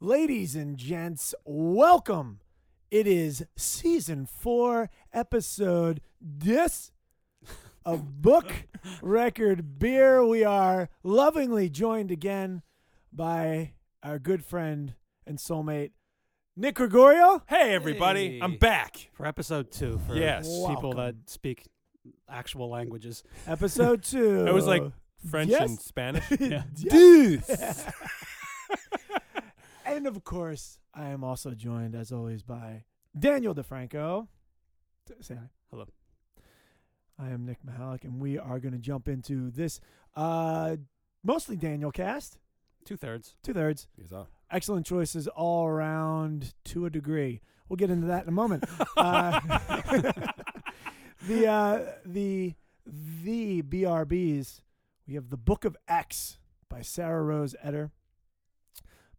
Ladies and gents, welcome. It is season four, episode this of Book Record Beer. We are lovingly joined again by our good friend and soulmate, Nick Gregorio. Hey everybody, Hey. I'm back. for episode two for Yes. people Welcome. that speak actual languages. Episode two. I was like French Uh, yes. and Spanish. Deuce. and of course, I am also joined, as always, by Daniel DeFranco. T- Say hi. Hello. I am Nick Mahalik, and we are going to jump into this uh, mostly Daniel cast, Two thirds. two thirds. Excellent choices all around to a degree. We'll get into that in a moment. Uh, the uh, the the BRBs. We have the Book of X by Sarah Rose Etter,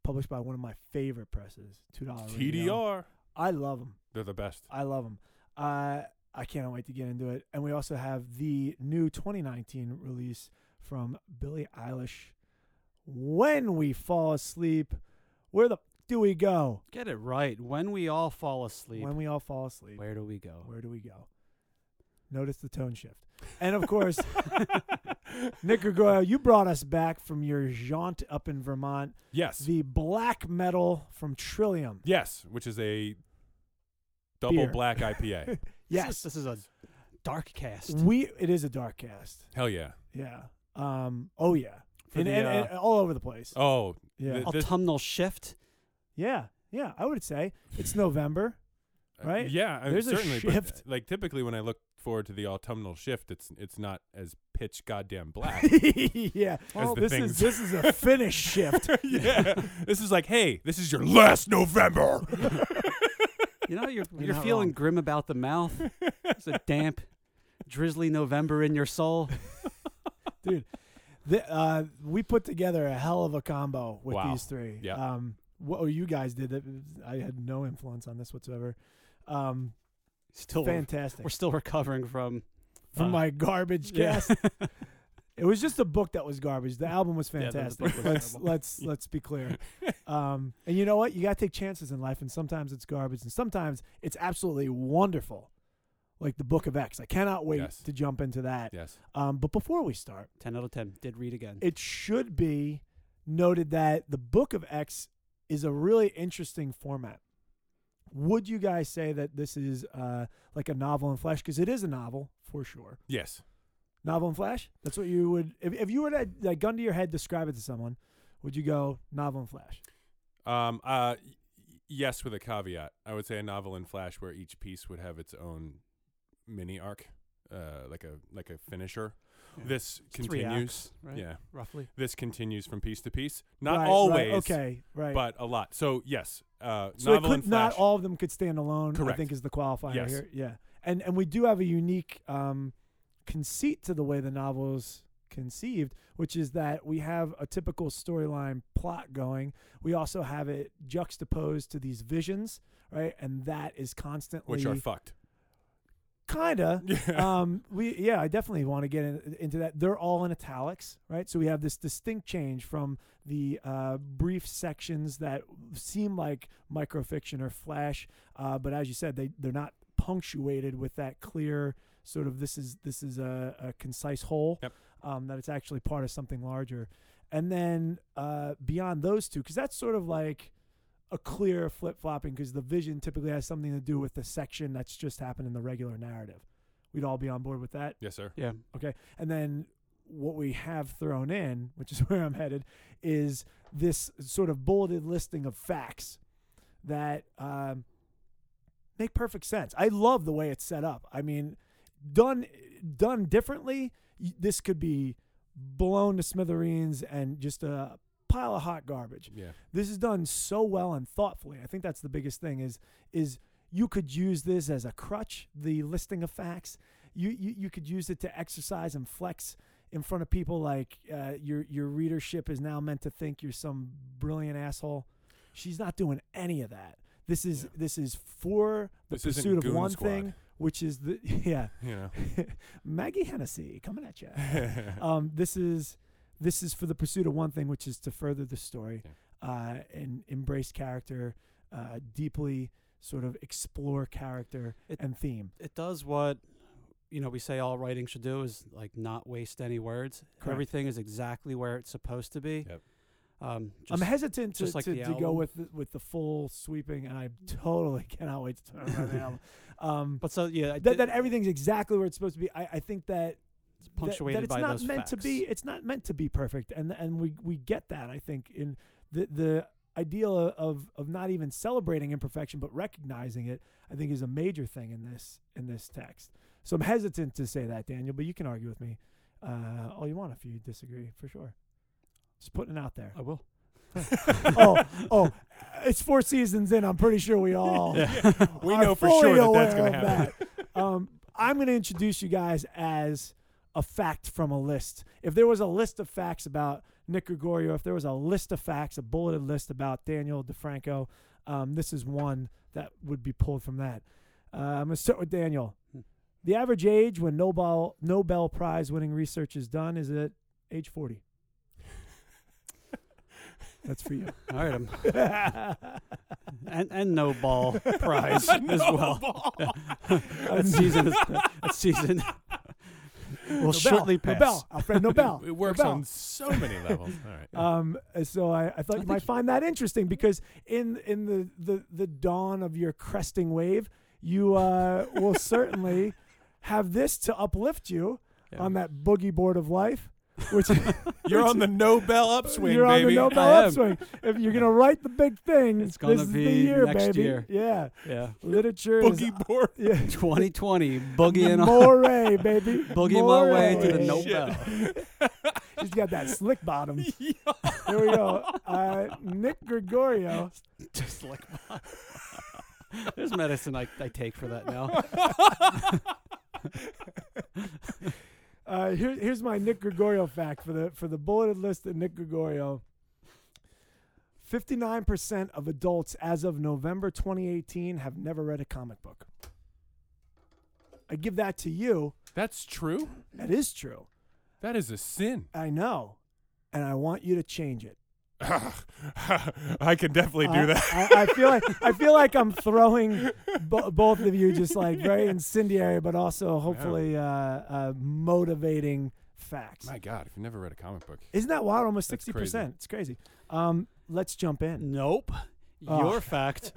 published by one of my favorite presses, two dollars. TDR. I love them. They're the best. I love them. Uh, I can't wait to get into it. And we also have the new 2019 release from Billie Eilish. When we fall asleep, where the f- do we go? Get it right. When we all fall asleep, When we all fall asleep, where do we go? where do we go? Notice the tone shift. And of course, Nick Gregorio, you brought us back from your jaunt up in Vermont, Yes. the black metal from Trillium. yes, which is a double Beer. black IPA. Yes, This, is- this is a dark cast. we. It is a dark cast. Hell yeah. Yeah. Um. Oh yeah. For And, the, and, and all over the uh, place. uh, Oh, yeah. the- this- autumnal shift. yeah. Yeah. I would say it's November. uh, Right? Yeah, I- There's a certainly. but, shift. uh, like typically when I look forward to the autumnal shift, it's it's not as pitch goddamn black. yeah. Well, the this is things- this is a finish shift. yeah. This is like, hey, this is your last November. You know, you're, You're you're not feeling wrong. grim about the mouth. It's a damp, drizzly November in your soul. The, uh, we put together a hell of a combo with Wow. these three. Yeah. Um, what oh, you guys did that I had no influence on this whatsoever. Um, Still, fantastic. we're still recovering from. From uh, my garbage yeah. cast. it was just a book that was garbage. The album was Yeah, the book fantastic. was let's terrible. let's let's be clear. Um, and you know what? You gotta take chances in life, and sometimes it's garbage, and sometimes it's absolutely wonderful. Like the Book of X. I cannot wait Yes. to jump into that. yes. Um, but before we start, Ten out of ten. Did read again. it should be noted that the Book of X is a really interesting format. Would you guys say that this is uh, like a novel in flesh? Because it is a novel for sure. Yes. Novel in flesh. That's what you would. If, if you were to like gun to your head, describe it to someone. Would you go novel in flesh? Um uh y- yes with a caveat. I would say a novel in flash where each piece would have its own mini arc. Uh, like a like a finisher. Yeah. This It's three continues. acts, right? Yeah. Roughly. This continues from piece to piece. Not Right, right, always. okay. Right. But a lot. So yes. Uh so it novel could, in flash. not all of them could stand alone. I Correct. think is the qualifier Yes. here. Yeah. And and we do have a unique um, conceit to the way the novel's conceived, which is that we have a typical storyline plot going. We also have it juxtaposed to these visions, right? And that is constantly which are fucked. kinda. Yeah. um, we yeah, I definitely want to get in, into that. They're all in italics, right? So we have this distinct change from the uh, brief sections that seem like microfiction or flash, uh, but as you said, they they're not punctuated with that clear sort of this is this is a, a concise whole Yep. um, that it's actually part of something larger, and then uh, beyond those two, because that's sort of like a clear flip flopping because the vision typically has something to do with the section that's just happened in the regular narrative. We'd all be on board with that. yes, sir. Yeah. And then what we have thrown in, which is where I'm headed, is this sort of bulleted listing of facts that um, make perfect sense. I love the way it's set up. I mean, done done differently, y- this could be blown to smithereens and just a pile of hot garbage Yeah. this is done so well and thoughtfully. I think that's the biggest thing is is you could use this as a crutch, the listing of facts. You you, you could use it to exercise and flex in front of people like uh, your your readership is now meant to think you're some brilliant asshole. She's not doing any of that. This is Yeah. this is for the This isn't pursuit of Goon one Squad. thing, which is the yeah. You know. Maggie Hennessy coming at Uh, you um, this is this is for the pursuit of one thing, which is to further the story. uh, and embrace character, uh, deeply sort of explore character It- and theme. it does what you know we say all writing should do is like not waste any words. Correct. Everything is exactly where it's supposed to be. Yep. Um, I'm just, hesitant to, just like to, the to go album. with the, with the full sweeping, and I totally cannot wait to turn around the album. Um, but so yeah, I that, did- that everything's exactly where it's supposed to be. I, I think that it's that- punctuated that, it's by not those meant to facts. be it's not meant to be perfect and and we we get that i think in the the ideal of of not even celebrating imperfection but recognizing it i think is a major thing in this in this text so i'm hesitant to say that daniel but you can argue with me uh, all you want if you disagree for sure just putting it out there I will. oh oh it's four seasons in i'm pretty sure we all We are know for sure that fully that's aware going to of happen. that. Um, I'm going to introduce you guys as a fact from a list. If there was a list of facts about Nick Gregorio, if there was a list of facts, a bulleted list about Daniel DeFranco, um, this is one that would be pulled from that. Uh, I'm going to start with Daniel. Hmm. The average age when Nobel Nobel Prize winning research is done is at age 40. That's for you. All right, I'm, and and no ball prize as well. that season is that season will shortly pass. Nobel, Alfred Nobel. It works Nobel. on so many levels. All right. Um, so I, I thought you think might you- find that interesting because in in the the, the dawn of your cresting wave, you uh, will certainly have this to uplift you Yeah. on that boogie board of life, which You're on the Nobel upswing, you're on baby. the Nobel I am. upswing. If you're gonna write the big thing, It's gonna this is the be year, next baby. year. Yeah, yeah. literature is Boogie board. yeah. 2020 boogieing on Moray, baby. Boogie my way to the Moray. Nobel. She's got that slick bottom. Here we go. Uh, Nick Gregorio. Just like There's medicine I, I take for that now. Uh, here, here's my Nick Gregorio fact for the for the bulleted list of Nick Gregorio. Fifty nine percent of adults as of November 2018 have never read a comic book. I give that to you. That's true. That is true. That is a sin. I know, and I want you to change it. I can definitely I- do that. I, I feel like I feel like I'm throwing bo- both of you just like very incendiary, but also hopefully uh, uh, motivating facts. My God, if you've never read a comic book, Isn't that wild? Almost That's sixty percent. It's crazy. Um, let's jump in. Nope. Oh. Your fact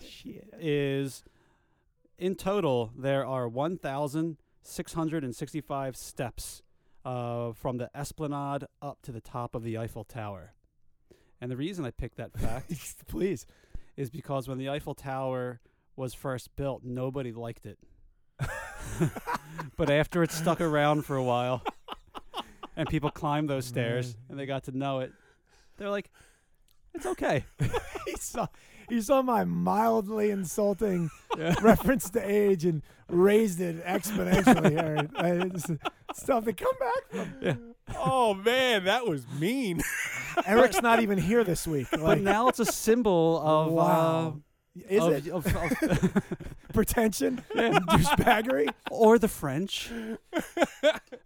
Shit. is in total there are 1,665 steps uh, from the Esplanade up to the top of the Eiffel Tower. And the reason I picked that fact Please. is because when the Eiffel Tower was first built, nobody liked it. but after it stuck around for a while and people climbed those stairs Mm. and they got to know it, they're like, it's okay. He saw he saw my mildly insulting Yeah. reference to age and raised it exponentially. Here. I- it's Stuff to come back from. oh man, that was mean. Eric's not even here this week. But Like, now it's a symbol of. Uh, wow. Is of, it of- of- pretension? Yeah. Douchebaggery? or the French,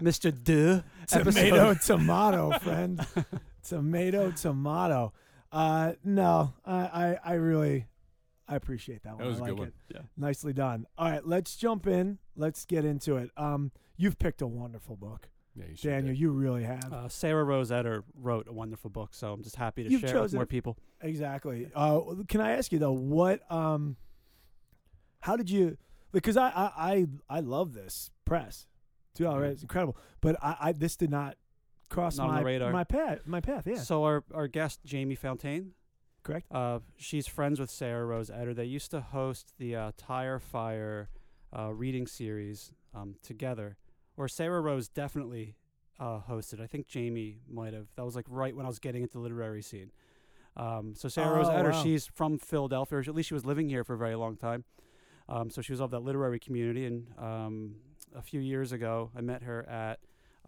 Mr. De tomato, tomato, friend. tomato, tomato. Uh, no, I, I, I really, I appreciate that one. That was I a like good one. it. Nicely done. All right, let's jump in. Let's get into it. Um, you've picked a wonderful book, Yeah, you should. Daniel. You really have. Uh, Sarah Rose Etter wrote a wonderful book, so I'm just happy to You've share it with chosen- more people. exactly. Uh, can I ask you though, what, um, how did you? Because I, I, I, I love this press. Two hours, it's incredible. But I, I, this did not cross Not on my the radar. my path. My path, yeah. So our, our guest Jamie Fontaine, Correct. uh, she's friends with Sarah Rose Etter. They used to host the uh, Tire Fire uh, reading series um, together, or Sarah Rose definitely uh, hosted. I think Jamie might have. That was like right when I was getting into the literary scene. Um, so Sarah Rose Oh, Etter, wow. she's from Philadelphia, or at least she was living here for a very long time. Um, so she was of that literary community, and um, a few years ago, I met her at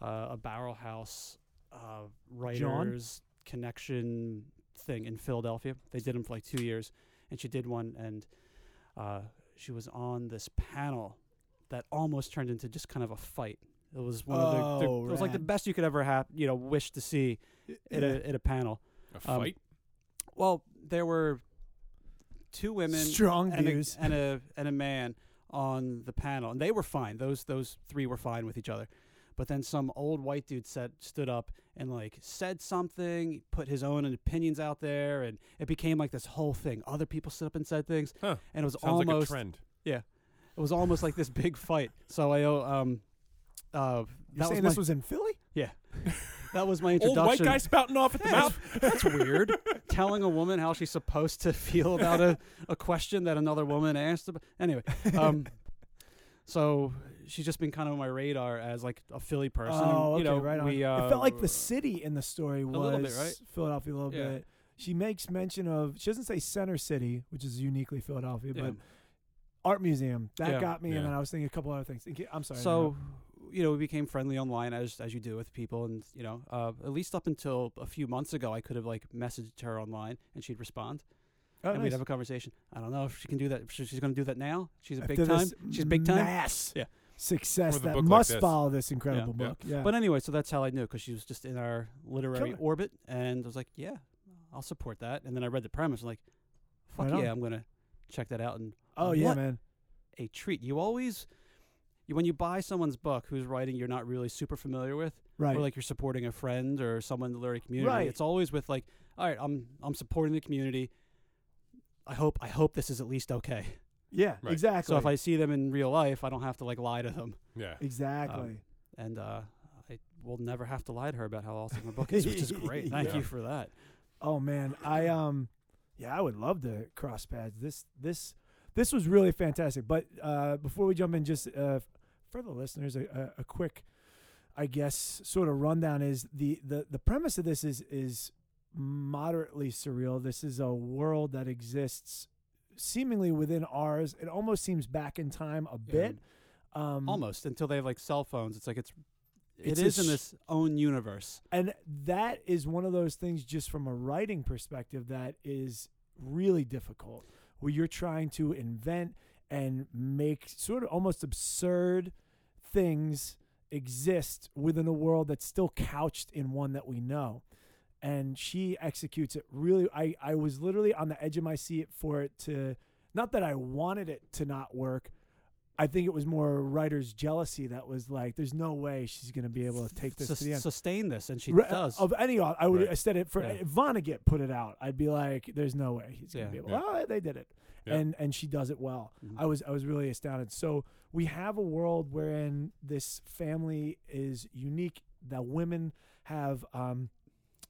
uh, a Barrel House uh, writers connection thing in Philadelphia. They did them for like two years, and she did one, and uh, she was on this panel that almost turned into just kind of a fight. It was one of the, the- Oh, it was like the rad. best you could ever have you know wish to see at a at a panel. A Um, fight? Well, there were two women Strong and a, views. and a and a man on the panel, and they were fine. Those those three were fine with each other, but then some old white dude said stood up and like said something, put his own opinions out there, and it became like this whole thing. Other people stood up and said things, Huh. and it was Sounds like a almost trend. it was almost like this big fight. So I owe um You're uh that was, saying my, this was in Philly? that was my Old introduction. white guy spouting off at the Yeah, mouth. That's weird. Telling a woman how she's supposed to feel about a, a question that another woman asked. About. Anyway, um, so she's just been kind of on my radar as like a Philly person. and, Oh, okay, you know, right on. we, uh, it felt like the city in the story was little bit, right? Philadelphia a little Yeah. bit. She makes mention of she doesn't say Center City, which is uniquely Philadelphia, yeah. but art museum that Yeah. got me, Yeah. and then I was thinking a couple other things. Okay, I'm sorry. I so interrupted. you know we became friendly online as as you do with people, and you know uh, at least up until a few months ago, I could have like messaged her online and she'd respond. Oh, and nice. we'd have a conversation. I don't know if she can do that. If she- she's going to do that now. She's a big After time. this She's big time. Mass Yeah. success With a that book like must this. follow this incredible Yeah. book. Yeah, But anyway, so that's how I knew because she was just in our literary Killer. orbit, and I was like, yeah, I'll support that. And then I read the premise, and like, fuck Right on. yeah, I'm gonna check that out. And oh yeah, what? man. a treat. You always, you, when you buy someone's book who's writing you're not really super familiar with, Right. or like you're supporting a friend or someone in the literary community, Right. it's always with like, all right, I'm I'm supporting the community. I hope I hope this is at least okay. yeah. Right. Exactly. So if I see them in real life, I don't have to like lie to them, Yeah. exactly. and uh, I will never have to lie to her about how awesome her book is, which is great. Thank Yeah. you for that. Oh man, I um, yeah, I would love to cross pads. This this this was really fantastic. But uh, before we jump in, just uh, for the listeners, a, a, a quick, I guess, sort of rundown is the the the premise of this is is moderately surreal. This is a world that exists seemingly within ours. It almost seems back in time a bit. Um, almost until they have like cell phones. It's like it's It's it's a in s- this own universe. And that is one of those things, just from a writing perspective, that is really difficult, where you're trying to invent and make sort of almost absurd things exist within a world that's still couched in one that we know. And she executes it really. I, I was literally on the edge of my seat for it to, not that I wanted it to not work. I think it was more writer's jealousy that was like, there's no way she's going to be able to take this Sus- to the end. sustain this, and she Re- uh, oh, does. Of any, au- I would Right. have said it for Yeah. if Vonnegut put it out. I'd be like, "There's no way he's gonna Yeah. be able." Yeah. Well, they did it, Yeah. and and she does it well. Mhm. I was I was really astounded. So we have a world wherein this family is unique. The women have um,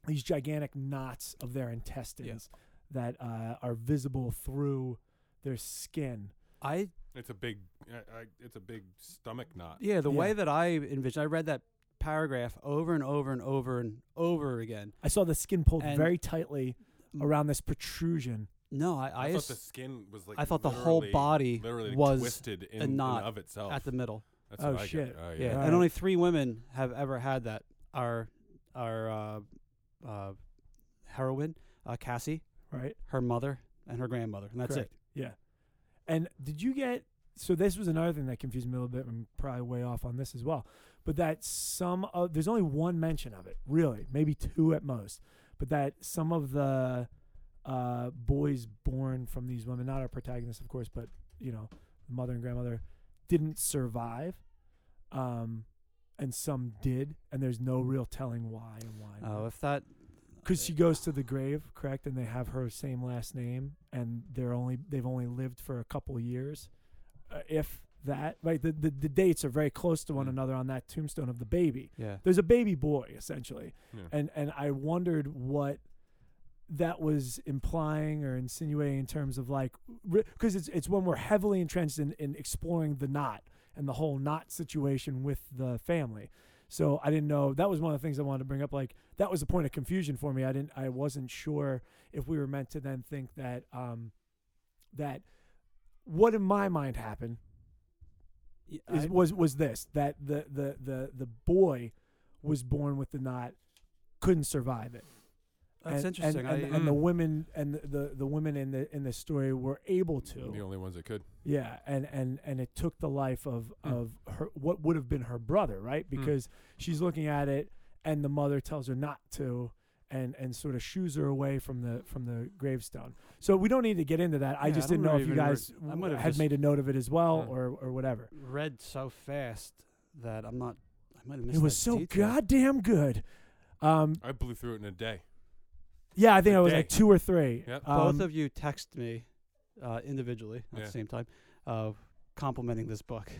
these gigantic knots of their intestines that uh, are visible through their skin. I It's a big, I, I, it's a big stomach knot. yeah, the way Yeah. that I envisioned, I read that paragraph over and over and over and over again. I saw the skin pulled And- very tightly Mm. around this protrusion. No, I I, I, thought as- the skin was like. I thought the whole literally- body literally was twisted in a and knot of itself. at the middle. That's Oh, what I shit. Get. Oh, Yeah, yeah. Alright. and only three women have ever had that. Our our uh, uh, heroine, uh, Cassie, Right. her mother, and her grandmother, and that's Correct. Yeah. And did you get so this was another thing that confused me a little bit and probably way off on this as well. But that some of there's only one mention of it, really, maybe two at most. But that some of the uh, boys born from these women, not our protagonists, of course, but you know, mother and grandmother, didn't survive, um, and some did, and there's no real telling why and why. it. not Oh, if that because she goes to the grave, correct? And they have her same last name, and they're only they've only lived for a couple years, uh, if that. Right, the, the the dates are very close to one Mm. another on that tombstone of the baby. yeah. There's a baby boy essentially, Yeah. and and I wondered what that was implying or insinuating in terms of like because it's it's when we're heavily entrenched in, in exploring the knot and the whole knot situation with the family. So I didn't know that was one of the things I wanted to bring up. Like that was a point of confusion for me. I didn't I wasn't sure if we were meant to then think that um that what in my mind happened Y- is, I- was was this that the the the the boy was born with the knot, couldn't survive it, That's and, interesting. And, and, I, hmm. and the Mm. women and the, the, the women in the in the story were able to. The only ones that could. Yeah, and and and it took the life of Mm. of her what would have been her brother, right? Because she's looking at it, and the mother tells her not to, and and sort of shoos her away from the from the gravestone. So we don't need to get into that. I Yeah, I just don't didn't know really if you remember- guys I might have had just- made a note of it as well, Yeah. or or whatever. read so fast that I'm not. I might have missed. It was that so detail. goddamn good. Um, I blew through it in a day. yeah, I think A I was day. like two or three. Yep. Um, Uh, Both of you text me uh, individually at Yeah. the same time, uh, complimenting this book,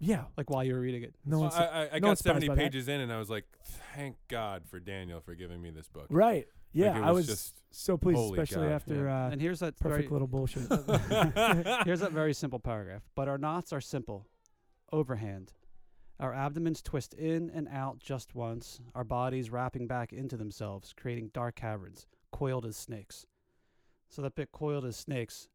yeah. like while you were reading it. No So one's I, I, I no got one's surprised 70 by that. pages in and I was like, thank God for Daniel for giving me this book. right. Yeah, it I was was just- so pleased, holy especially God, after uh, and here's that perfect very, little bullshit. Here's that very simple paragraph. But our knots are simple. Overhand. Our abdomens twist in and out just once, our bodies wrapping back into themselves, creating dark caverns, coiled as snakes. So that bit coiled as snakes,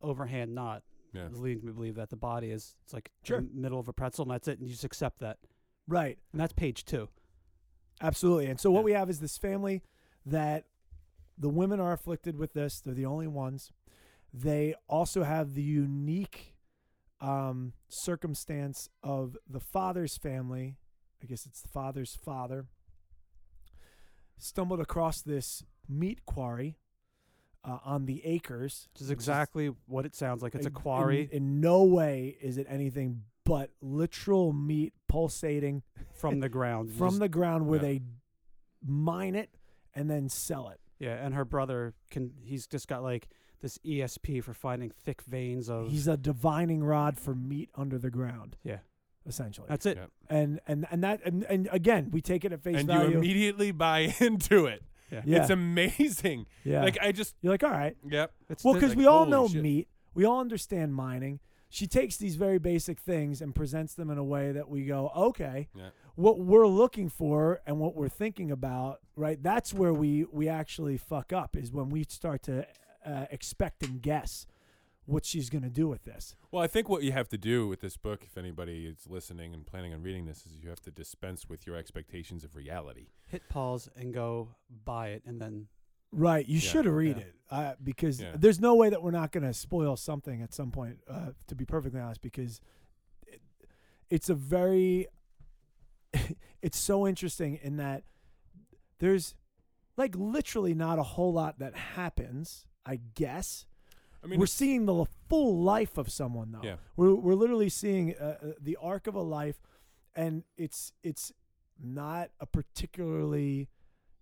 overhand knot, Yeah. is leading me to believe that the body is it's like Sure. the middle of a pretzel and that's it, and you just accept that. right. And that's page two. Absolutely. And so what Yeah. we have is this family that the women are afflicted with this. They're the only ones. They also have the unique um, circumstance of the father's family. I guess it's the father's father. Stumbled across this meat quarry uh, on the acres. Which is exactly what it sounds like. It's a In- quarry In, in no way is it anything but literal meat pulsating from the ground. You from just- the ground where Yeah. they mine it and then sell it. yeah, and her brother can he's just got like this ESP for finding thick veins of He's a divining rod for meat under the ground. Yeah. essentially. That's it. Yeah. and and and that and, and again, we take it at face And you value. immediately buy into it. yeah, It's amazing. yeah. Like, I just, You're like, all right. yep. It's Well, the- because like, we all holy know shit. meat, we all understand mining. She takes these very basic things and presents them in a way that we go, okay, Yeah. what we're looking for and what we're thinking about, right? That's where we we actually fuck up is when we start to uh, expect and guess what she's gonna do with this. Well, I think what you have to do with this book, if anybody is listening and planning on reading this, is you have to dispense with your expectations of reality. hit pause and go buy it and then Right, you Yeah, should read yeah. it uh, because Yeah. there's no way that we're not going to spoil something at some point. Uh, to be perfectly honest, because it, it's a very, it's so interesting in that there's like literally not a whole lot that happens. I guess I mean, we're it's- seeing the l- full life of someone though. Yeah. We're we're literally seeing uh, uh, the arc of a life, and it's it's not a particularly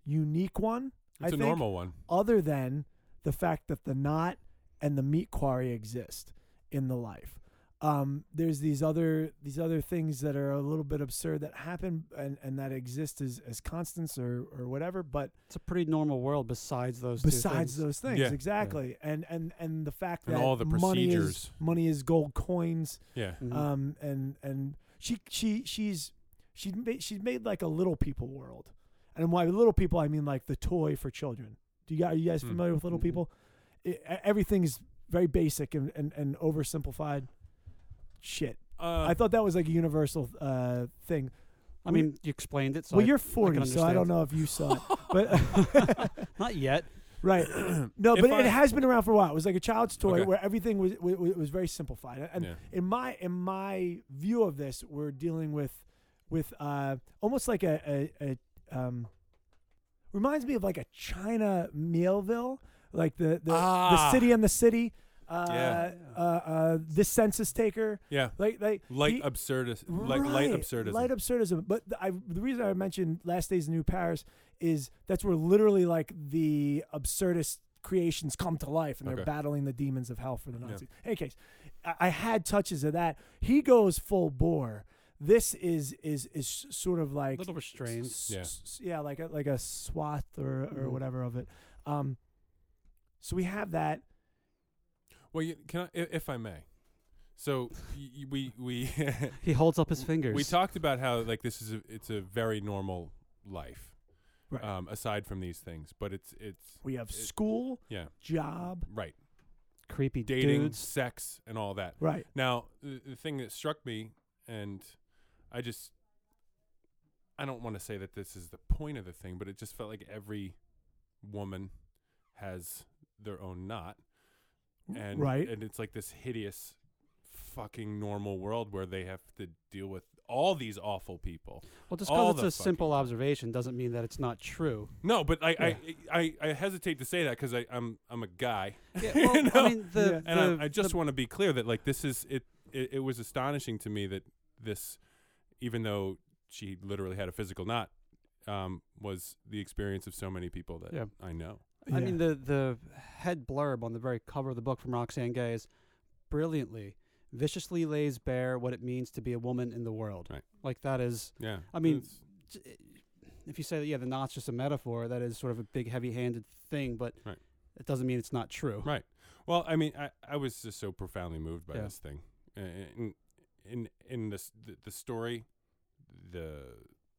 unique one. I it's a think normal one. other than the fact that the knot and the meat quarry exist in the life. Um, there's these other these other things that are a little bit absurd that happen and, and that exist as, as constants or, or whatever, but it's a pretty normal world besides those two besides things. those things, Yeah. exactly. And and and the fact And that all the money is procedures. money is gold coins. Yeah. Mhm. Um, and and she she she's she's made, she's made like a little people world, and by little people I mean like the toy for children. Do you guys, are you guys Hmm. familiar with little Mhm. people? I- e- everything's very basic and and, and oversimplified. Shit, Uh, I thought that was like a universal uh thing. i mean you explained it so well, I- you're 40, so I understand. don't know if you saw it, but not yet right. No, If but it I- has been around for a while. It was like a child's toy Okay. where everything was, was was very simplified. And Yeah. in my in my view of this, we're dealing with with uh, almost like a, a, a um, reminds me of like a China Millville, like the the, the Ah. city and the city. Uh, Yeah. uh, uh, this census taker, yeah. like like Light he- absurdis- like Right. light absurdism. Light absurdism. But the, I, the reason I mentioned Last Days in New Paris is that's where literally like the absurdist creations come to life and they're Okay. battling the demons of hell for the Yeah. Nazis. In any case, I, I had touches of that. He goes full bore. This is is is sort of a like little restrained s- Yeah. Mm-hmm. s- yeah, like a, like a swath or or Mhm. whatever of it. Um, so we have that. Well, you, can I, i- if I may? So y- y- we we he holds up his fingers we talked about how like this is a, it's a very normal life, Right. um, aside from these things. But it's it's We have It- school, yeah job, right creepy dating, dudes sex, and all that. right. Now the, the thing that struck me, and I just I don't want to say that this is the point of the thing, but it just felt like every woman has their own knot, and right. and it's like this hideous, fucking normal world where they have to deal with all these awful people. Well, just All because it's the a simple fucking- observation doesn't mean that it's not true. No, but I I, I, I hesitate to say that because I'm I'm a guy, Yeah, You well, know? I mean, the, Yeah. and the- I, I just the- want to be clear that like this is it, it. It was astonishing to me that this, even though she literally had a physical knot, um, was the experience of so many people that Yeah. I know. Yeah. I mean, the the head blurb on the very cover of the book from Roxanne Gay is brilliantly, viciously lays bare what it means to be a woman in the world. Right. Like that is, Yeah, I mean, it's- j- if you say that, yeah, the knot's just a metaphor, that is sort of a big, heavy-handed thing, but Right. it doesn't mean it's not true. Right. Well, I mean, I, I was just so profoundly moved by Yeah. this thing, Uh, in in in this the, the story, the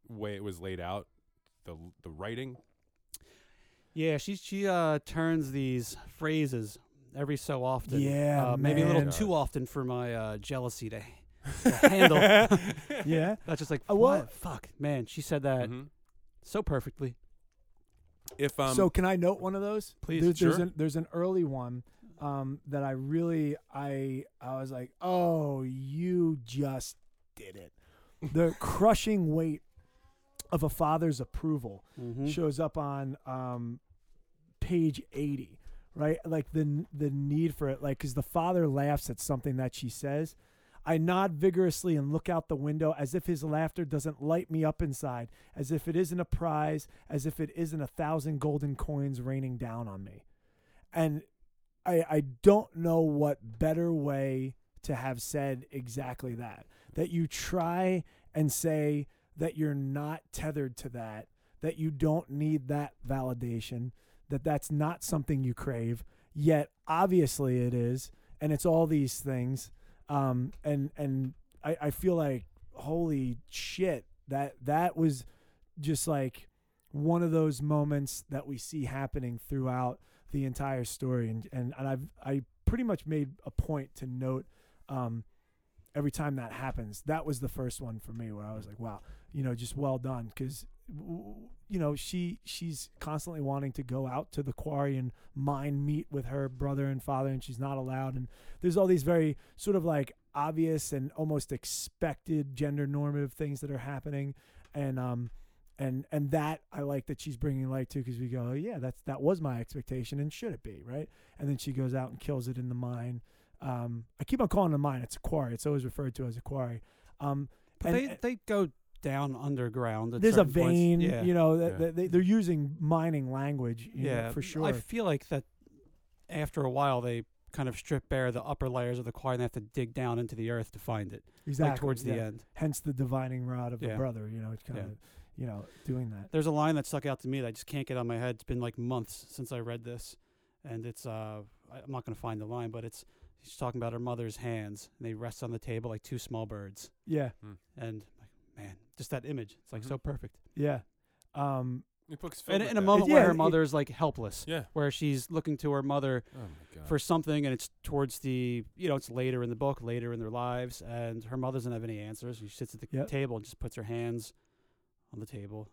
way it was laid out, the l- the writing. Yeah, she she uh, turns these phrases every so often. Yeah, uh, maybe a little man. too often for my uh, jealousy to, to handle. yeah. That's just like Uh, what? "Wow, Fuck, man, she said that Mhm. so perfectly. If um, so can I note one of those? Please. There's, there's, Sure. an, there's an early one um, that I really I I was like, oh, you just did it. The crushing weight of a father's approval Mhm. shows up on um, page 80 right like the the need for it like because the father laughs at something that she says i nod vigorously and look out the window as if his laughter doesn't light me up inside as if it isn't a prize as if it isn't a thousand golden coins raining down on me and i i don't know what better way to have said exactly that that you try and say that you're not tethered to that that you don't need that validation, that that's not something you crave. Yet obviously it is, and it's all these things. Um, and and I, I feel like holy shit that that was just like one of those moments that we see happening throughout the entire story. And and, and I've I pretty much made a point to note. Um, Every time that happens, that was the first one for me where I was like, "Wow, you know, just well done." Because w- you know she she's constantly wanting to go out to the quarry and mine meat with her brother and father and she's not allowed and there's all these very sort of like obvious and almost expected gender normative things that are happening and um and and that I like that she's bringing light to because we go oh, yeah that's that was my expectation and should it be right and then she goes out and kills it in the mine um I keep on calling it a mine it's a quarry it's always referred to as a quarry um But and- they and- they go down underground. At there's a certain points. vein, Yeah. you know, that, Yeah. that they, they're using mining language, you know, yeah, for sure. I feel like that after a while they kind of strip bare the upper layers of the quarry and they have to dig down into the earth to find it. exactly. Like towards the yeah. end. Hence the divining rod of the Yeah. brother, you know, it's kind Yeah. of, you know, doing that. There's a line that stuck out to me that I just can't get on my head. It's been like months since I read this, and it's uh, I- I'm not gonna find the line, but it's she's talking about her mother's hands and they rest on the table like two small birds, Yeah, and like man, just that image. It's like Mm-hmm. Mhm. so perfect. yeah. Um, the book's filled And with in a that. moment It- where yeah, her it- mother's like helpless, Yeah. where she's looking to her mother Oh my god. for something and it's towards the you know it's later in the book later in their lives and her mother doesn't have any answers and she sits at the Yep. table and just puts her hands on the table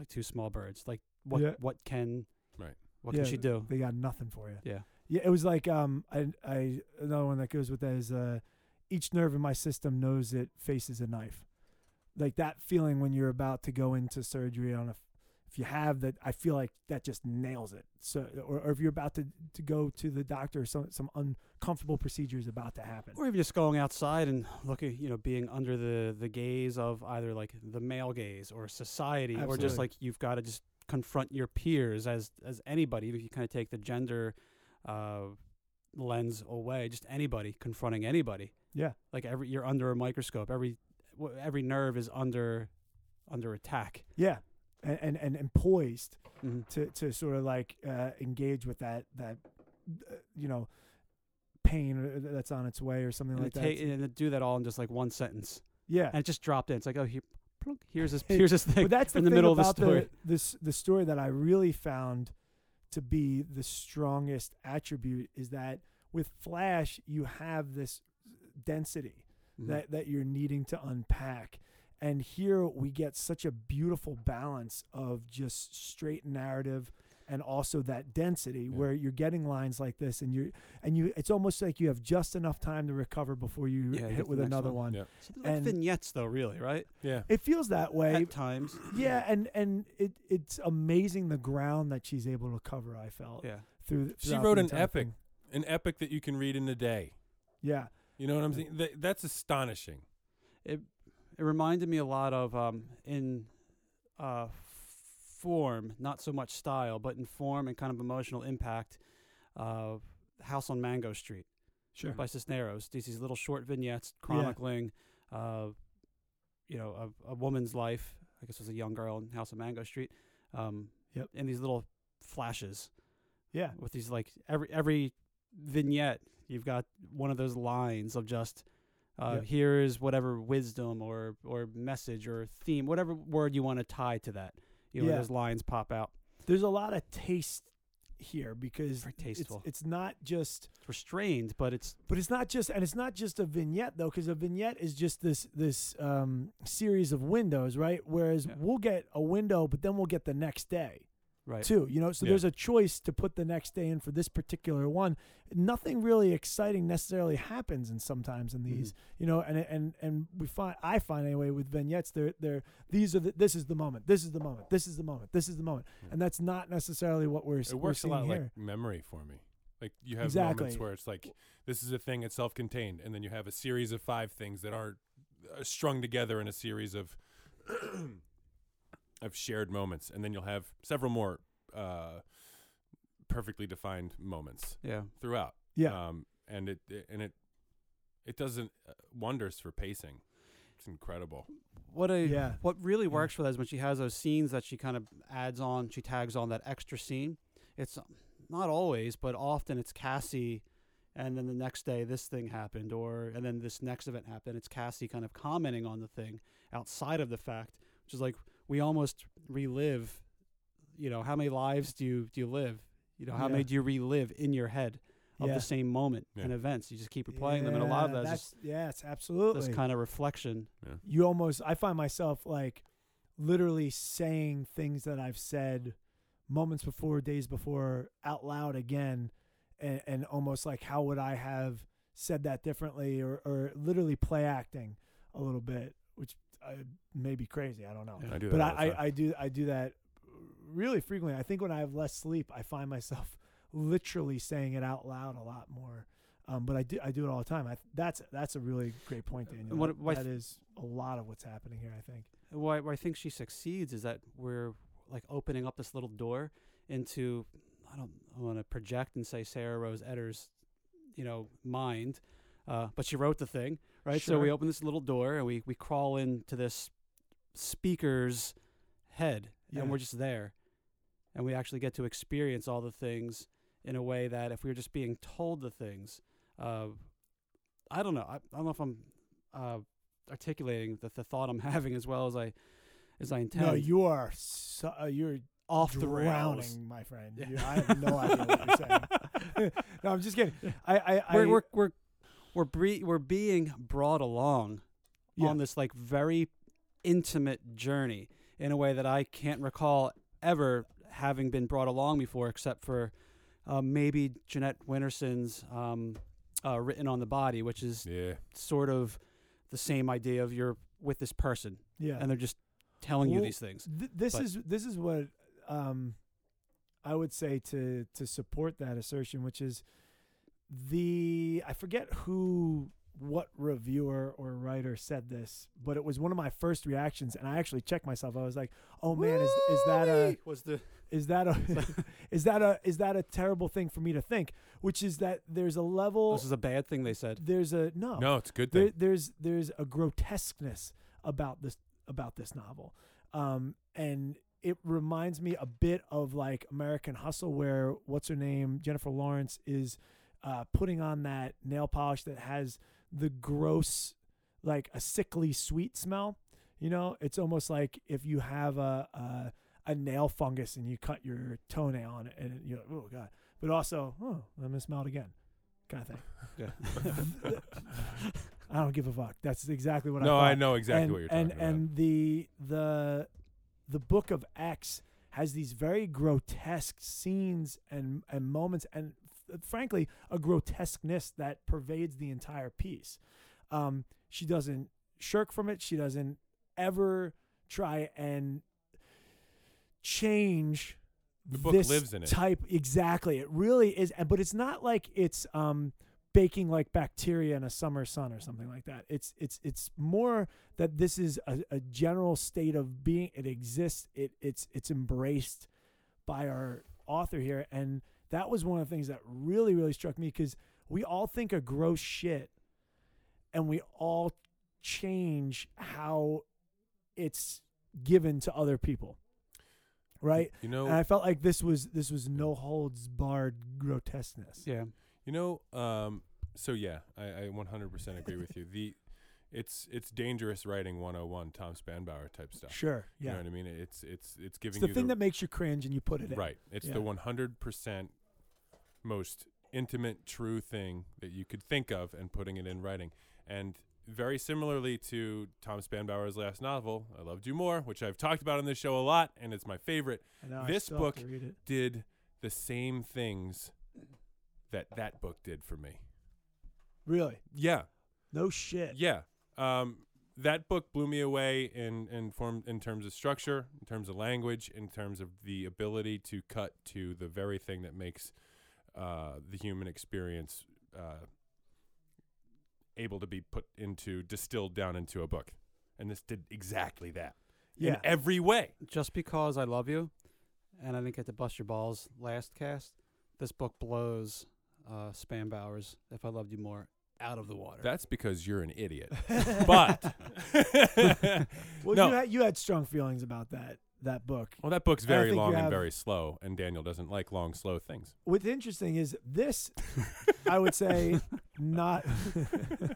like two small birds like what Yeah. what can Right. what yeah, can she do They got nothing for you. yeah Yeah, it was like um, I, I another one that goes with that is uh, each nerve in my system knows it faces a knife, like that feeling when you're about to go into surgery on a, if you have that, I feel like that just nails it. So, or, or if you're about to to go to the doctor, some some uncomfortable procedure is about to happen. or even just going outside and looking you know being under the the gaze of either like the male gaze or society or Absolutely. just like you've got to just confront your peers as as anybody even if you kind of take the gender uh lens away just anybody confronting anybody Yeah. like every you're under a microscope every w- every nerve is under under attack Yeah, and and and, and poised mm-hmm. to to sort of like uh, engage with that that uh, you know pain uh, that's on its way or something and, like to that. take, and to do that all in just like one sentence yeah, and it just dropped in it's like oh here plunk, here's this here's this thing But that's the in the thing middle of the about story The, this the story that I really found to be the strongest attribute is that with Flash you have this density Mhm. that that you're needing to unpack. And here we get such a beautiful balance of just straight narrative and also that density Yeah. where you're getting lines like this and you and you it's almost like you have just enough time to recover before you Yeah, hit hit with the next another one. one. Yeah. So they're like And- vignettes, though, really, right? Yeah. It feels that way. At times. Yeah, and and it it's amazing the ground that she's able to cover. I felt Yeah. through. She throughout wrote the an entire epic. thing. An epic that you can read in a day. Yeah, You know what I'm saying? Th- that's astonishing. It reminded me a lot of um, in uh, form, not so much style, but in form and kind of emotional impact of House on Mango Street sure. by Cisneros. These these little short vignettes chronicling, uh, you know, a, a woman's life. I guess it was a young girl in House on Mango Street. Um, Yep. And these little flashes Yeah, with these like every every vignette you've got one of those lines of just uh, Yep. here is whatever wisdom or or message or theme whatever word you want to tie to that you know Yeah. those lines pop out there's a lot of taste here because Very it's- tasteful. it's not just it's restrained but it's But it's not just, and it's not just a vignette though, because a vignette is just this this um, series of windows, right? Whereas Yeah. we'll get a window, but then we'll get the next day right too. You know, so Yeah. there's a choice to put the next day in for this particular one. Nothing really exciting necessarily happens, and sometimes in these, Mm-hmm. you know, and and and we find I find anyway with vignettes, they're they're these are the, this is the moment, this is the moment, this is the moment, this is the moment, Mm. Yeah. and that's not necessarily what we're. It works a lot here. like memory for me. Like you have Exactly. moments where it's like this is a thing it's self-contained, and then you have a series of five things that are uh, strung together in a series of of shared moments, and then you'll have several more uh, perfectly defined moments yeah throughout. Yeah. um, and it, it- and it it doesn't uh, wonders for pacing. It's incredible. what a Yeah. what really Yeah. works for that is when she has those scenes that she kind of adds on she tags on that extra scene it's uh, not always but often it's cassie and then the next day this thing happened or and then this next event happened it's cassie kind of commenting on the thing outside of the fact which is like we almost relive you know how many lives do you do you live you know how Yeah. many do you relive in your head of Yeah. the same moment Yeah. and events you just keep replaying them and a lot of Yeah, that is that's just yes, absolutely. this kind of reflection you almost i find myself like literally saying things that i've said moments before days before out loud again and, and almost like how would i have said that differently or, or literally play acting a little bit which uh, may be crazy i don't know I do, but that all the I, time. I, I do i do that really frequently i think when i have less sleep i find myself literally saying it out loud a lot more um, but I do I do it all the time. I, that's that's a really great point, Daniel. Uh, What- That- what- that is a lot of what's happening here. I think. why, why I think she succeeds is that we're like opening up this little door into I don't I want to project and say Sarah Rose Edder's you know mind, uh, but she wrote the thing right. So we Sure. open this little door and we we crawl into this speaker's head Yeah. and we're just there, and we actually get to experience all the things in a way that if we were just being told the things, uh, I don't know. I, I don't know if I'm uh, articulating the, the thought I'm having as well as I as I intend. No, you are so, uh, you're off the rails. drowning, my friend. You, I have no idea what you're saying. saying. No, I'm just kidding. I I, I we're we're we're we're, bre- we're being brought along yeah, on this like very intimate journey in a way that I can't recall ever having been brought along before, except for uh, maybe Jeanette Winterson's um, uh, "Written on the Body," which is yeah, sort of the same idea of you're with this person yeah. and they're just telling you Well, these things. Th- this But- is this is what um, I would say to to support that assertion, which is the I forget who what reviewer or writer said this, but it was one of my first reactions, and I actually checked myself. I was like, "Oh man, is is that a was the is that a is that a is that a terrible thing for me to think?" Which is that there's a level this is a bad thing they said. there's a no no, it's a good there, thing. there's there's a grotesqueness about this about this novel, um, and it reminds me a bit of like American Hustle, where what's her name Jennifer Lawrence is uh, putting on that nail polish that has the gross, like a sickly sweet smell. You know, it's almost like if you have a a, a nail fungus and you cut your toenail on it, and you're like, oh god. But also, oh, let me smell it again, kind of thing. I don't give a fuck. That's exactly what I no, thought. I know exactly and, what you're and, talking about. And the the the book of Acts has these very grotesque scenes and, and moments, and f- frankly, a grotesqueness that pervades the entire piece. Um, she doesn't shirk from it. She doesn't ever try and change The book this lives in it. type exactly it really is and- but it's not like it's um baking like bacteria in a summer sun or something like that it's it's it's more that this is a, a general state of being it exists it it's it's embraced by our author here and that was one of the things that really really struck me because we all think of gross shit and we all change how it's given to other people right uh, You know, and I felt like this was this was no holds barred grotesqueness. Yeah. You know, um, so yeah, I, I 100% agree with you. The it's it's dangerous writing 101 Tom Spanbauer type stuff. Sure. You Yeah. know what I mean? It's it's it's it's giving the you thing the that makes you cringe and you put it in. right. It's Yeah. the 100% most intimate true thing that you could think of and putting it in writing. And very similarly to Tom Spanbauer's last novel, I Loved You More, which I've talked about on this show a lot and it's my favorite And now I This still have book- to read it. did the same things that that book did for me. Really? Yeah, No shit. yeah. Um, that book blew me away in in form in terms of structure, in terms of language, in terms of the ability to cut to the very thing that makes uh, the human experience uh, able to be put into distilled down into a book. And this did exactly that in Yeah. every way. Just because I love you, and I didn't get to bust your balls last cast, this book blows uh, Spam Bowers. If I loved you more, out of the water. That's because you're an idiot. but well, no. you had you had strong feelings about that that book. Well, that book's I don't very think you long and have- very slow, and Daniel doesn't like long, slow things. What's interesting is this. I would say not.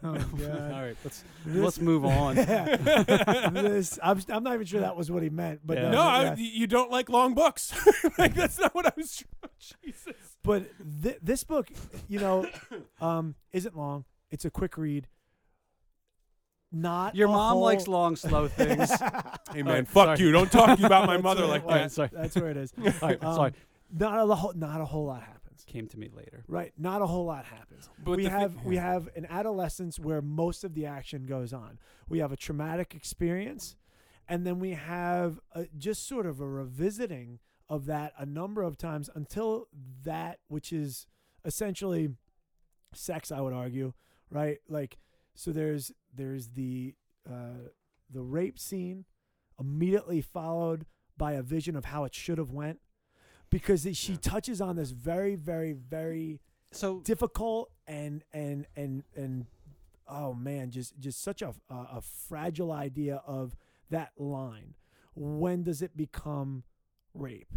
oh All God. right, let's This- let's move on. Yeah. this, I'm, I'm not even sure that was what he meant, but Yeah. no, uh, I, yeah. y- you don't like long books. like that's not what I was. tr- Jesus. but th- this book, you know, um, isn't long. It's a quick read. Not Your a mom whole- likes long, slow things. Hey All man, right, fuck sorry. you! Don't talk about my That's mother what like it All right, that. was. sorry. That's where it is. All right, Um, sorry. Not a whole, not a whole lot happens. Came to me later. Right, not a whole lot happens. But we the thi- have we have an adolescence where most of the action goes on. We have a traumatic experience, and then we have a, just sort of a revisiting of that a number of times until that which is essentially sex. I would argue, right? Like, so there's there's the uh, the rape scene immediately followed by a vision of how it should have went because she Yeah. touches on this very very very So difficult and and and and oh man just just such a a, a fragile idea of that line when does it become rape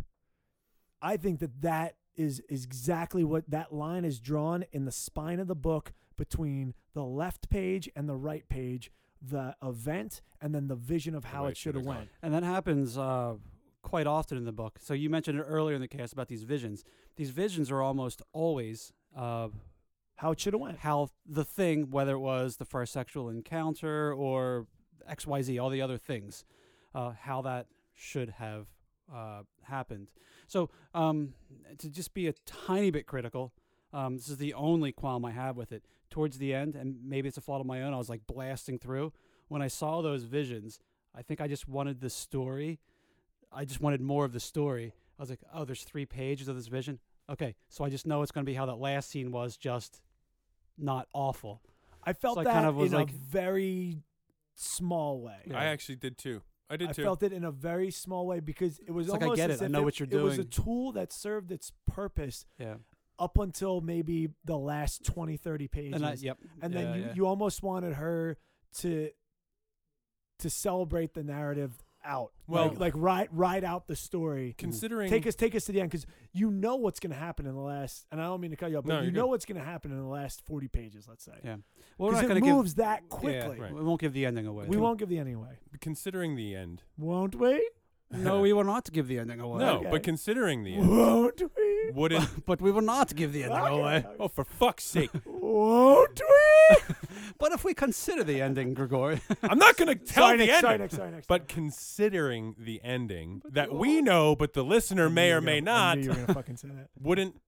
i think that that is is exactly what that line is drawn in the spine of the book between the left page and the right page the event and then the vision of The how way it should have should've went And that happens uh, quite often in the book. So you mentioned it earlier in the cast about these visions. These visions are almost always uh, how it should have went how the thing, whether it was the first sexual encounter or X, Y, Z, all the other things, uh, how that should have uh, happened. So um, to just be a tiny bit critical, um, this is the only qualm I have with it. Towards the end, and maybe it's a fault of my own, I was like blasting through. When I saw those visions, I think I just wanted the story. I just wanted more of the story. I was like, oh, there's three pages of this vision. Okay, so I just know it's going to be how that last scene was just not awful. i felt So I that kind of was in like- a very small way Yeah. I actually did too. I did I too. felt it in a very small way because it was It's like, I almost get as it. I if know what you're It was a doing. tool that served its purpose Yeah. up until maybe the last 20, 30 pages, And I, yep. And then yeah, you, yeah. you almost wanted her to to celebrate the narrative out. Well- like, like ride ride out the story. Considering Take us, take us to the end, because you know what's going to happen in the last. And I don't mean to cut you off, but No, you you're know good. what's going to happen in the last forty pages. Let's say Yeah. Well, we're because not it going to give. moves that yeah, quickly. Right. We won't give the ending away. We won't give the ending away, considering the end. won't we? No, we will not give the ending away. no, okay. but considering the end, Won't we? wouldn't. But we will not give the ending away. oh, for fuck's sake! Won't we? But if we consider the ending, Grigori, I'm not going to tell sorry, the next, ending. sorry, next, sorry, next. But considering the ending that we know, but the listener I knew may you or were may gonna- I not, knew you were gonna fucking say that. wouldn't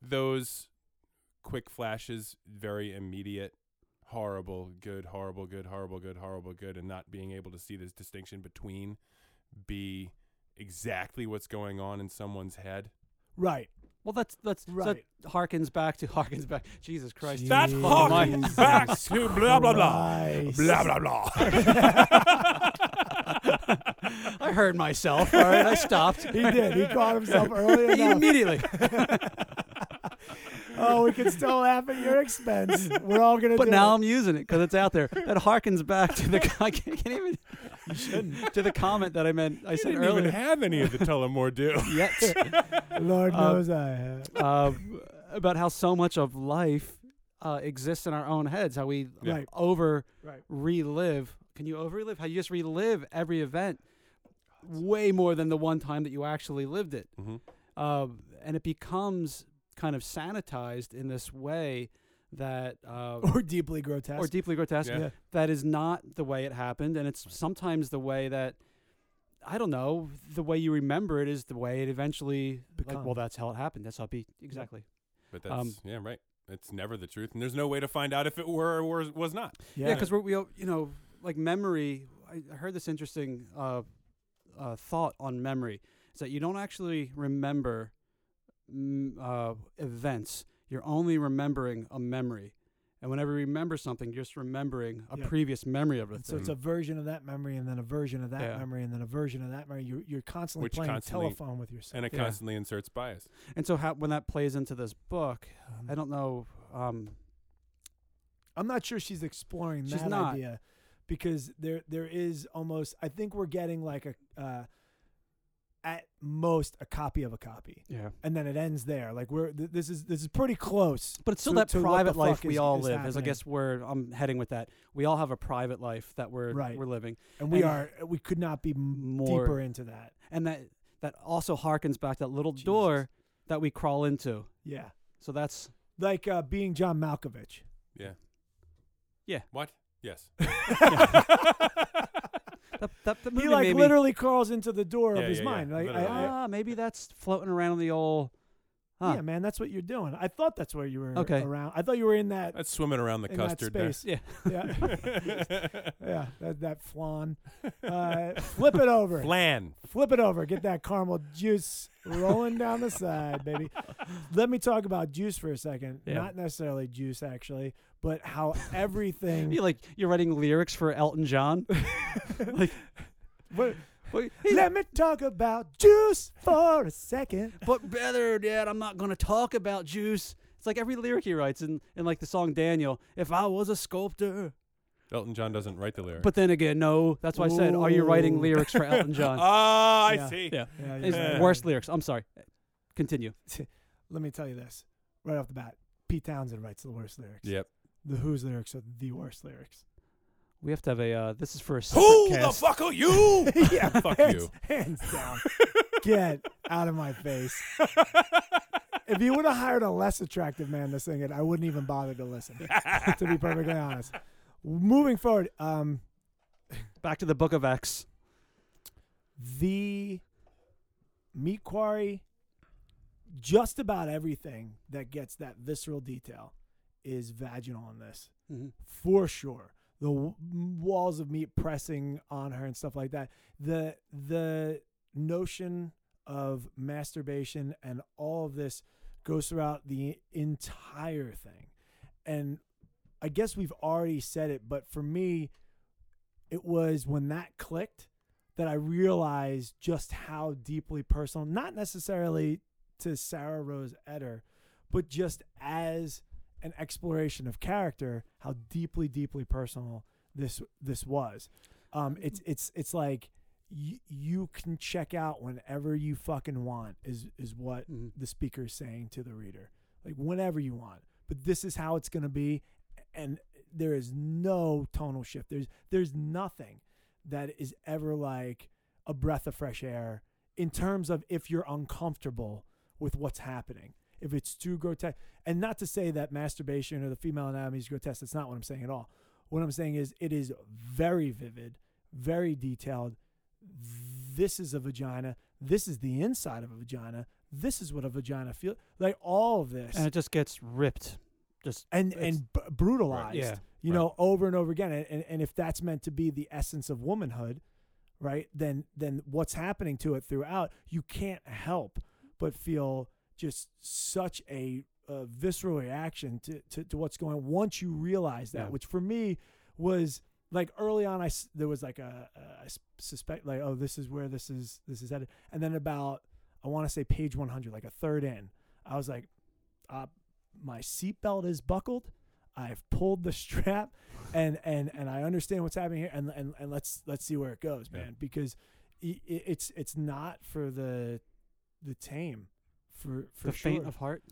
those quick flashes, very immediate, horrible, good, horrible, good, horrible, good, horrible, good, and not being able to see this distinction between be exactly what's going on in someone's head? Right. well, that's that's Right. that harkens back to harkens back. Jesus Christ! That Jesus harkens back to blah, blah, blah. Christ. Blah, blah, blah. I heard myself. All right, I stopped. He did. He caught himself early enough. immediately. oh, we can still laugh at your expense. We're all gonna. But do now it. I'm using it because it's out there. That harkens back to the I can't, can't even to the comment that I meant I You said didn't even earlier. have any of the Tullamore Dew. Yet. Lord um, knows I have. uh, about how so much of life uh, exists in our own heads, how we Yeah. Right. over Right. relive. Can you over relive? How you just relive every event way more than the one time that you actually lived it. Mhm. Um, and it becomes kind of sanitized in this way that. Uh, Or deeply grotesque. or deeply grotesque. Yeah. Yeah. That is not the way it happened, and it's sometimes the way that I don't know. The way you remember it is the way it eventually. Like, well, Becomes. that's how it happened. That's how it be exactly. But that's Um, yeah, right. It's never the truth, and there's no way to find out if it were or was- was not. Yeah, because we, all- you know, like memory. I I heard this interesting uh, uh, thought on memory is that you don't actually remember mm, uh, events. You're only remembering a memory, and whenever you remember something, you're just remembering a Yeah. previous memory of a so thing. it's a version of that memory, and then a version of that Yeah. memory, and then a version of that memory. You're, you're constantly Which playing constantly- telephone with yourself. And it Yeah. constantly inserts bias. And so, how when that plays into this book, I don't know. Um, I'm not sure she's exploring She's that not. idea because there there is almost I think we're getting like a uh, at most a copy of a copy yeah, and then it ends there like we're th- this is this is pretty close but it's still So- that so what the private life fuck we is- all is live. Is I happening? guess where I'm heading with that. We all have a private life that we're Right. we're living, and we And- are we could not be m- More. deeper into that and that that also harkens back that little door that we crawl into. yeah So that's like uh, being John Malkovich What? Yes. that that, that movie he like made me- literally crawls into the door Yeah, of his yeah, yeah. mind like I, Literally. I, ah maybe that's floating around in the old. Huh. yeah man that's what you're doing I thought that's where you were Okay. around I thought you were in that That's swimming around the in that custard space Yeah. yeah there. yeah that that flan uh, flip it over Flan. Flip it over. Get that caramel juice rolling down the side, baby. Let me talk about juice for a second. Yeah. Not necessarily juice, actually, but how everything. You like you're writing lyrics for Elton John. like, Wait, wait, Let me talk about juice for a second. but better yet, I'm not gonna talk about juice. It's like every lyric he writes in, in like the song Daniel. If I was a sculptor, Elton John doesn't write the lyrics. but then again, no. That's why I said, are you writing Ooh. lyrics for Elton John? Ah, I Yeah. see. Yeah. Yeah, you're His right. worst lyrics. I'm sorry. Continue. Let me tell you this right off the bat. Pete Townsend writes the worst lyrics. Yep. The Who's lyrics are the worst lyrics. We have to have a. Uh, this is for a separate Who cast. the fuck are you? yeah, Fuck hands, you. Hands down. Get out of my face. If you would have hired a less attractive man to sing it, I wouldn't even bother to listen. to be perfectly honest. Moving forward, um, Back to the Book of X. the meat quarry, just about everything that gets that visceral detail is vaginal in this for sure. The w- walls of meat pressing on her and stuff like that. The the notion of masturbation and all of this goes throughout the entire thing. And I guess we've already said it, but for me, it was when that clicked that I realized just how deeply personal, not necessarily to Sarah Rose Etter, but just as an exploration of character, how deeply, deeply personal this this was. Um, it's it's it's like you, you can check out whenever you fucking want is is what Mhm. the speaker is saying to the reader, like whenever you want. But this is how it's gonna be, and there is no tonal shift. There's there's nothing that is ever like a breath of fresh air in terms of if you're uncomfortable with what's happening. If it's too grotesque, and not to say that masturbation or the female anatomy is grotesque, that's not what I'm saying at all. What I'm saying is, it is very vivid, very detailed. This is a vagina. This is the inside of a vagina. This is what a vagina feels like. All of this and it just gets ripped. Just and it's- and b- brutalized yeah, you Right. know over and over again and, and and if that's meant to be the essence of womanhood right then then what's happening to it throughout you can't help but feel just such a, uh visceral reaction to, to to what's going on once you realize that Yeah. which for me was like early on i s- there was like a, a i s- suspect like oh this is where this is this is headed and then about i want to say page 100 like a third in i was like uh, my seatbelt is buckled I've pulled the strap and and and I understand what's happening here and and, and let's let's see where it goes Yeah. man because i i- it's it's not for the the tame for for the sure faint of heart.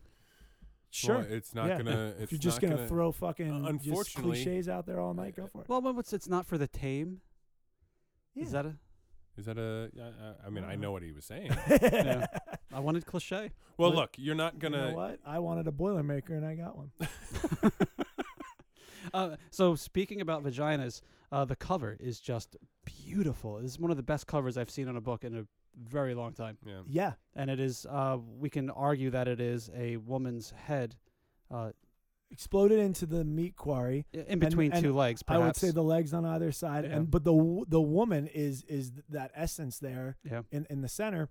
sure Well, it's not Yeah. gonna. It's if you're just not gonna, throw fucking Uh, just unfortunately- cliches out there all night go for it Well, but what's it's not for the tame. yeah. Is that a? Is that a? I- I- I mean, I Uh-huh. know what he was saying. Yeah. I wanted cliche. Well, What- look, you're not You know gonna. what I wanted a boilermaker and I got one Uh, so speaking about vaginas, uh, the cover is just beautiful. It's one of the best covers I've seen on a book in a very long time. yeah. yeah and it is uh, we can argue that it is a woman's head uh, exploded into the meat quarry i- in between and two legs perhaps I would say the legs on either side, Yeah. and but the w- the woman is is th- that essence there Yeah. in in the center,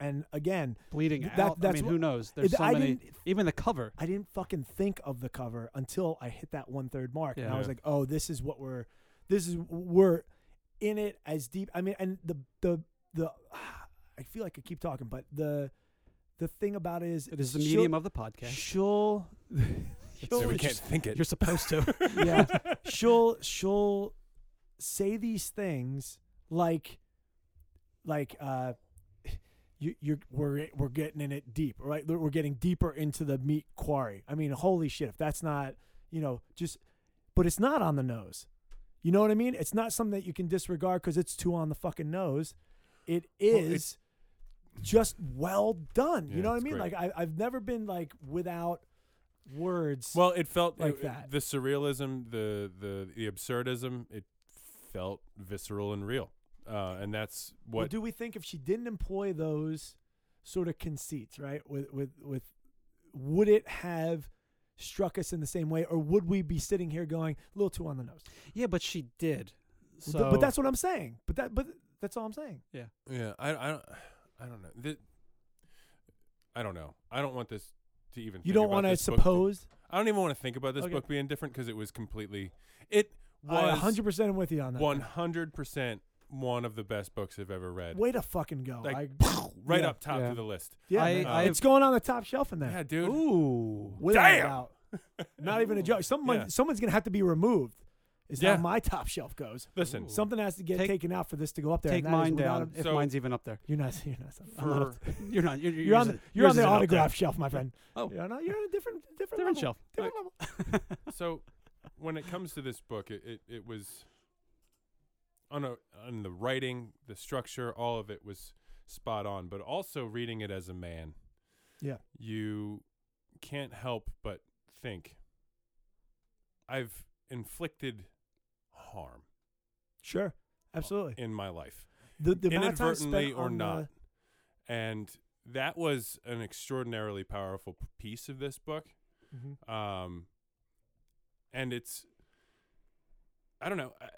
and again, bleeding th- that- out that's i mean what- who knows there's it- so I many didn't even the cover I didn't fucking think of the cover until I hit that one third mark, and I was Yeah. like, oh, this is what we're this is we're in it as deep. I mean, and the the the I feel like I keep talking, but the the thing about it is it is the she'll- medium of the podcast She'll, So she'll we can't think it. you're supposed to yeah she'll she'll say these things like like uh you, you're we're we're getting in it deep right we're getting deeper into the meat quarry i mean holy shit if that's not you know just but it's not on the nose you know what i mean it's not something that you can disregard because it's too on the fucking nose it is it's- just well done you Yeah, know what i it's mean great. like I, i've never been like without words Well, it felt like it- that. The surrealism, the the the absurdism, it felt visceral and real, uh, and that's Well, what. do we think if she didn't employ those sort of conceits, right? With with with would it have struck us in the same way, or would we be sitting here going a little too on the nose? yeah but she did Th- so but that's what I'm saying. But that but that's all I'm saying. yeah, I, I don't. I don't know. Th- I don't know. I don't want this to even. You think don't about want to this book be- suppose. I don't even want to think about this Okay. book being different because it was completely. It I was 100 percent with you on that. one hundred percent one of the best books I've ever read. Way to fucking go! Like, I, right yeah. up top yeah. of the list. Yeah, I- man. I- it's going on the top shelf in there. Yeah, dude. ooh without a Damn! doubt. Not even a joke. Someone Yeah. someone's gonna have to be removed. Is Yeah. how my top shelf goes. Listen, Ooh. Something has to get Take- taken out for this to go up there. take and that is mine without down a- if So- mine's even up there You're not. You're not. I'm not for you're not you're, You're on the you're on the autograph shelf, my friend. Oh. you're on, you're on a different different, different level, shelf Different level. so when it comes to this book it, it, it was on a on the writing the structure all of it was spot on but also reading it as a man Yeah. you can't help but think i've inflicted harm Sure, absolutely. in my life The, the amount of time spent inadvertently or on uh, the- not and that was an extraordinarily powerful p- piece of this book Mhm. um and it's i don't know uh, I-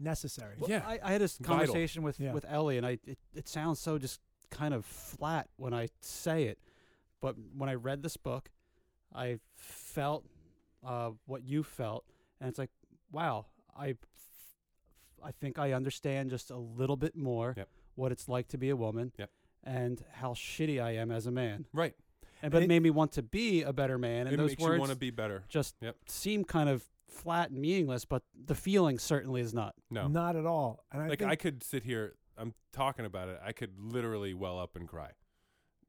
necessary. Well, Yeah. I, I had this Vital. conversation with Yeah. with Ellie, and I it, it sounds so just kind of flat when I say it, but when I read this book, I felt uh, what you felt, and it's like, wow, I f- I think I understand just a little bit more Yep. what it's like to be a woman. Yep. And how shitty I am as a man, right and but it- it made me want to be a better man. And it those makes you words want to be better just Yep. seem kind of flat and meaningless, but the feeling certainly is not. no Not at all. And I like think, i could sit here i'm talking about it i could literally well up and cry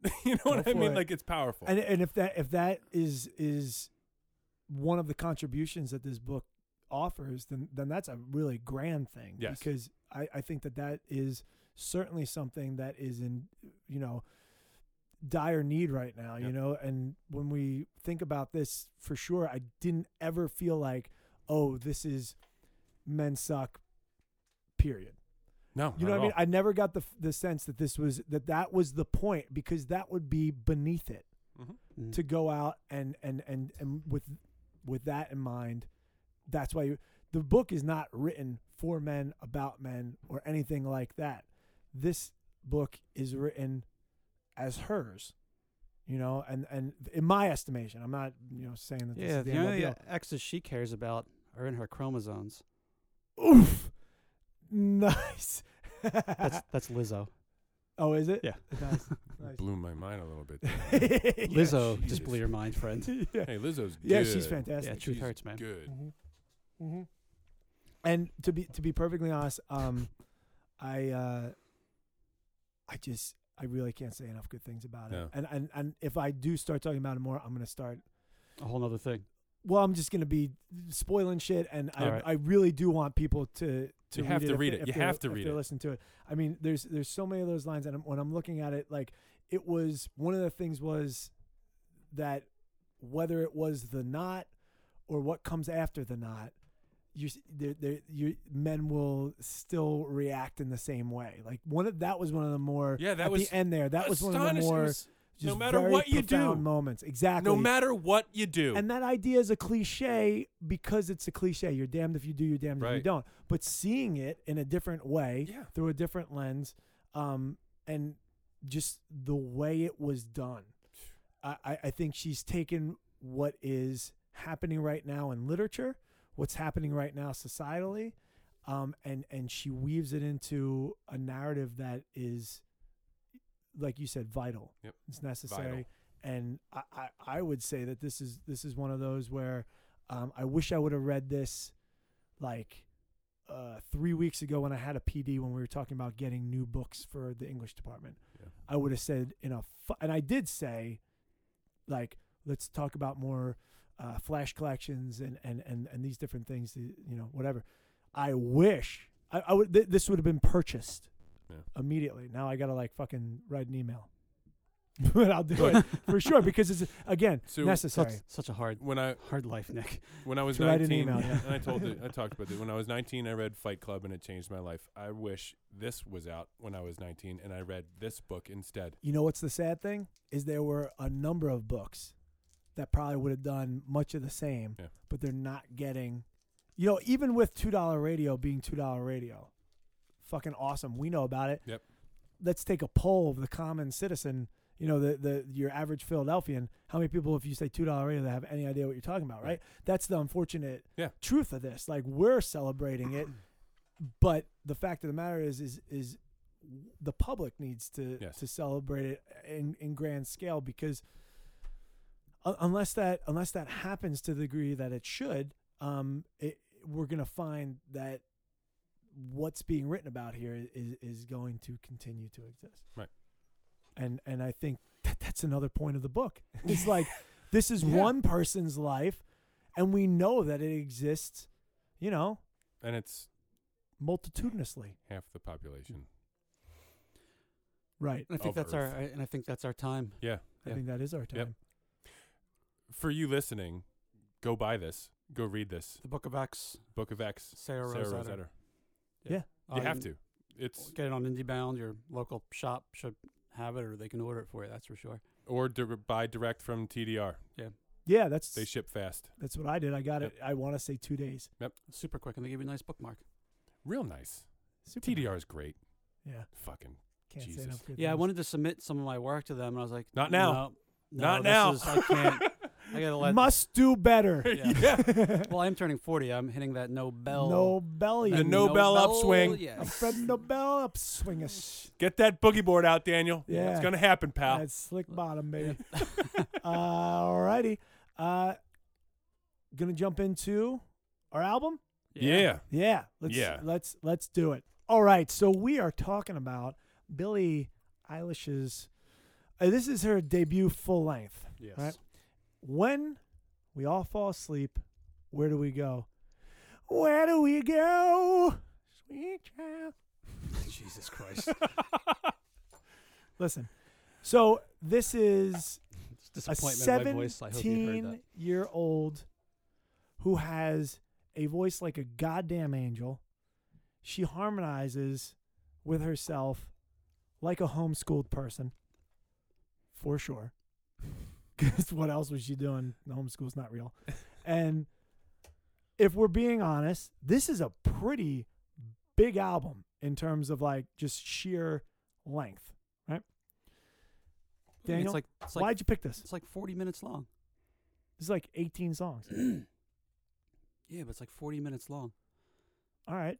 you know what Go i for mean it. like it's powerful and and if that if that is is one of the contributions that this book offers, then then that's a really grand thing. Yes. Because I I think that that is certainly something that is in you know dire need right now. You Yep. know, and when we think about this, for sure, I didn't ever feel like oh, this is men suck, period. No, You not know at what I mean? all. I never got the f- the sense that this was that that was the point because that would be beneath it Mm-hmm. Mm. to go out and and and and with with that in mind. That's why you, the book is not written for men about men or anything like that. This book is written as hers, you know, and and in my estimation, I'm not you know saying that. yeah, this is the the end all only be uh, X's she cares about are in her chromosomes. all. Oof, nice. That's that's Lizzo. oh, is it? Yeah. Nice. nice. Blew my mind a little bit. Yeah. Lizzo she just blew is. your mind, friend. yeah. Hey, Lizzo's Yeah, good. she's fantastic. yeah, truth She's hurts, man. Good. Mm-hmm. Mm-hmm. And to be to be perfectly honest, um, I uh, I just I really can't say enough good things about it. Yeah. And and and if I do start talking about it more, I'm gonna start. A whole nother thing. Well, I'm just gonna be spoiling shit, and I All right. I really do want people to. To You have to if read they- it. if You they're- have to if read they're it. Listen to it. I mean, there's there's so many of those lines, and I'm, when I'm looking at it, like it was one of the things was that whether it was the knot or what comes after the knot, you there there you men will still react in the same way. Like one of that was one of the more Yeah, that at was the end there. That was one of the astonishing. It more was- just no matter very what you do. profound moments. Exactly. no matter what you do. And that idea is a cliche because it's a cliche. You're damned if you do, you're damned if you Right. don't. But seeing it in a different way, Yeah. through a different lens, um, and just the way it was done, I, I, I think she's taken what is happening right now in literature, what's happening right now societally, um, and and she weaves it into a narrative that is, like you said, vital. Yep. It's necessary and I, I, I would say that this is this is one of those where um, I wish I would have read this like uh, three weeks ago when I had a PD when we were talking about getting new books for the English department. Yeah. I would have said in a fu- and I did say like let's talk about more uh, flash collections and, and and and these different things you know whatever. I wish I, I would th- this would have been purchased Yeah. immediately. Now I gotta like fucking write an email. but I'll do it But for sure because it's again So- necessary. Such, such a hard when I hard life, Nick. when I was To write an 19, email, yeah. and I told it, I talked about this. When I was 19, I read Fight Club, and it changed my life. I wish this was out when I was 19, and I read this book instead. You know what's the sad thing is there were a number of books that probably would have done much of the same, Yeah. but they're not getting. You know, even with two dollar radio being two dollar radio, fucking awesome. We know about it. Yep. Let's take a poll of the common citizen. You know, the the your average Philadelphian. How many people, if you say two dollar radio, that have any idea what you're talking about? Right. Right. That's the unfortunate Yeah. truth of this. Like we're celebrating it, but the fact of the matter is, is is the public needs to Yes. to celebrate it in in grand scale because u- unless that unless that happens to the degree that it should, um, it, we're gonna find that what's being written about here is is going to continue to exist. Right. And and I think that that's another point of the book. It's like this is Yeah. one person's life, and we know that it exists. You know, And it's multitudinously. half the population. Right. And I Of think that's our and I think that's our time. Yeah. I Yeah. think that is our time. Yep. For you listening, go buy this. Go read this The Book of X, Book of X. Sarah, Sarah Rosetta. Rosetta. Um, Uh, You have to. It's get it on IndieBound. Your local shop should have it, or they can order it for you. That's for sure. Oh. or di- buy direct from TDR. Yeah, that's They ship fast. that's what I did. I got Yep. it. I want to say two days. Super quick, and they give you a nice bookmark. Real nice. Super TDR is great. nice. Yeah, Fucking can't Jesus. say enough good Yeah, I things. wanted to submit some of my work to them, and I was like, Not now. no, no, Not this now. is- I can't. I gotta let. Must do better. Yeah. yeah. Well, I'm turning 40. I'm hitting that Nobel. Nobelian. The Nobel upswing. A Yes. Fred Nobel upswing us. Get that boogie board out, Daniel. Yeah. It's gonna happen, pal. That's slick bottom, baby. Alrighty. Uh gonna jump into our album. yeah. Yeah. Let's Yeah. let's let's do it. All right. So we are talking about Billie Eilish's uh, this is her debut full length. Yes. Right. When we all fall asleep, where do we go? Where do we go? Sweet child. Jesus Christ. Listen. So this is It's a disappointment in my voice. I hope you heard that. 17 year old who has a voice like a goddamn angel. She harmonizes with herself like a homeschooled person, for sure. Because what else was she doing? The homeschool's not real. And if we're being honest, this is a pretty big album in terms of like just sheer length, right? I mean, Daniel, it's like it's like why'd you pick this? it's like 40 minutes long. This is like 18 songs. Yeah, but it's like 40 minutes long. All right.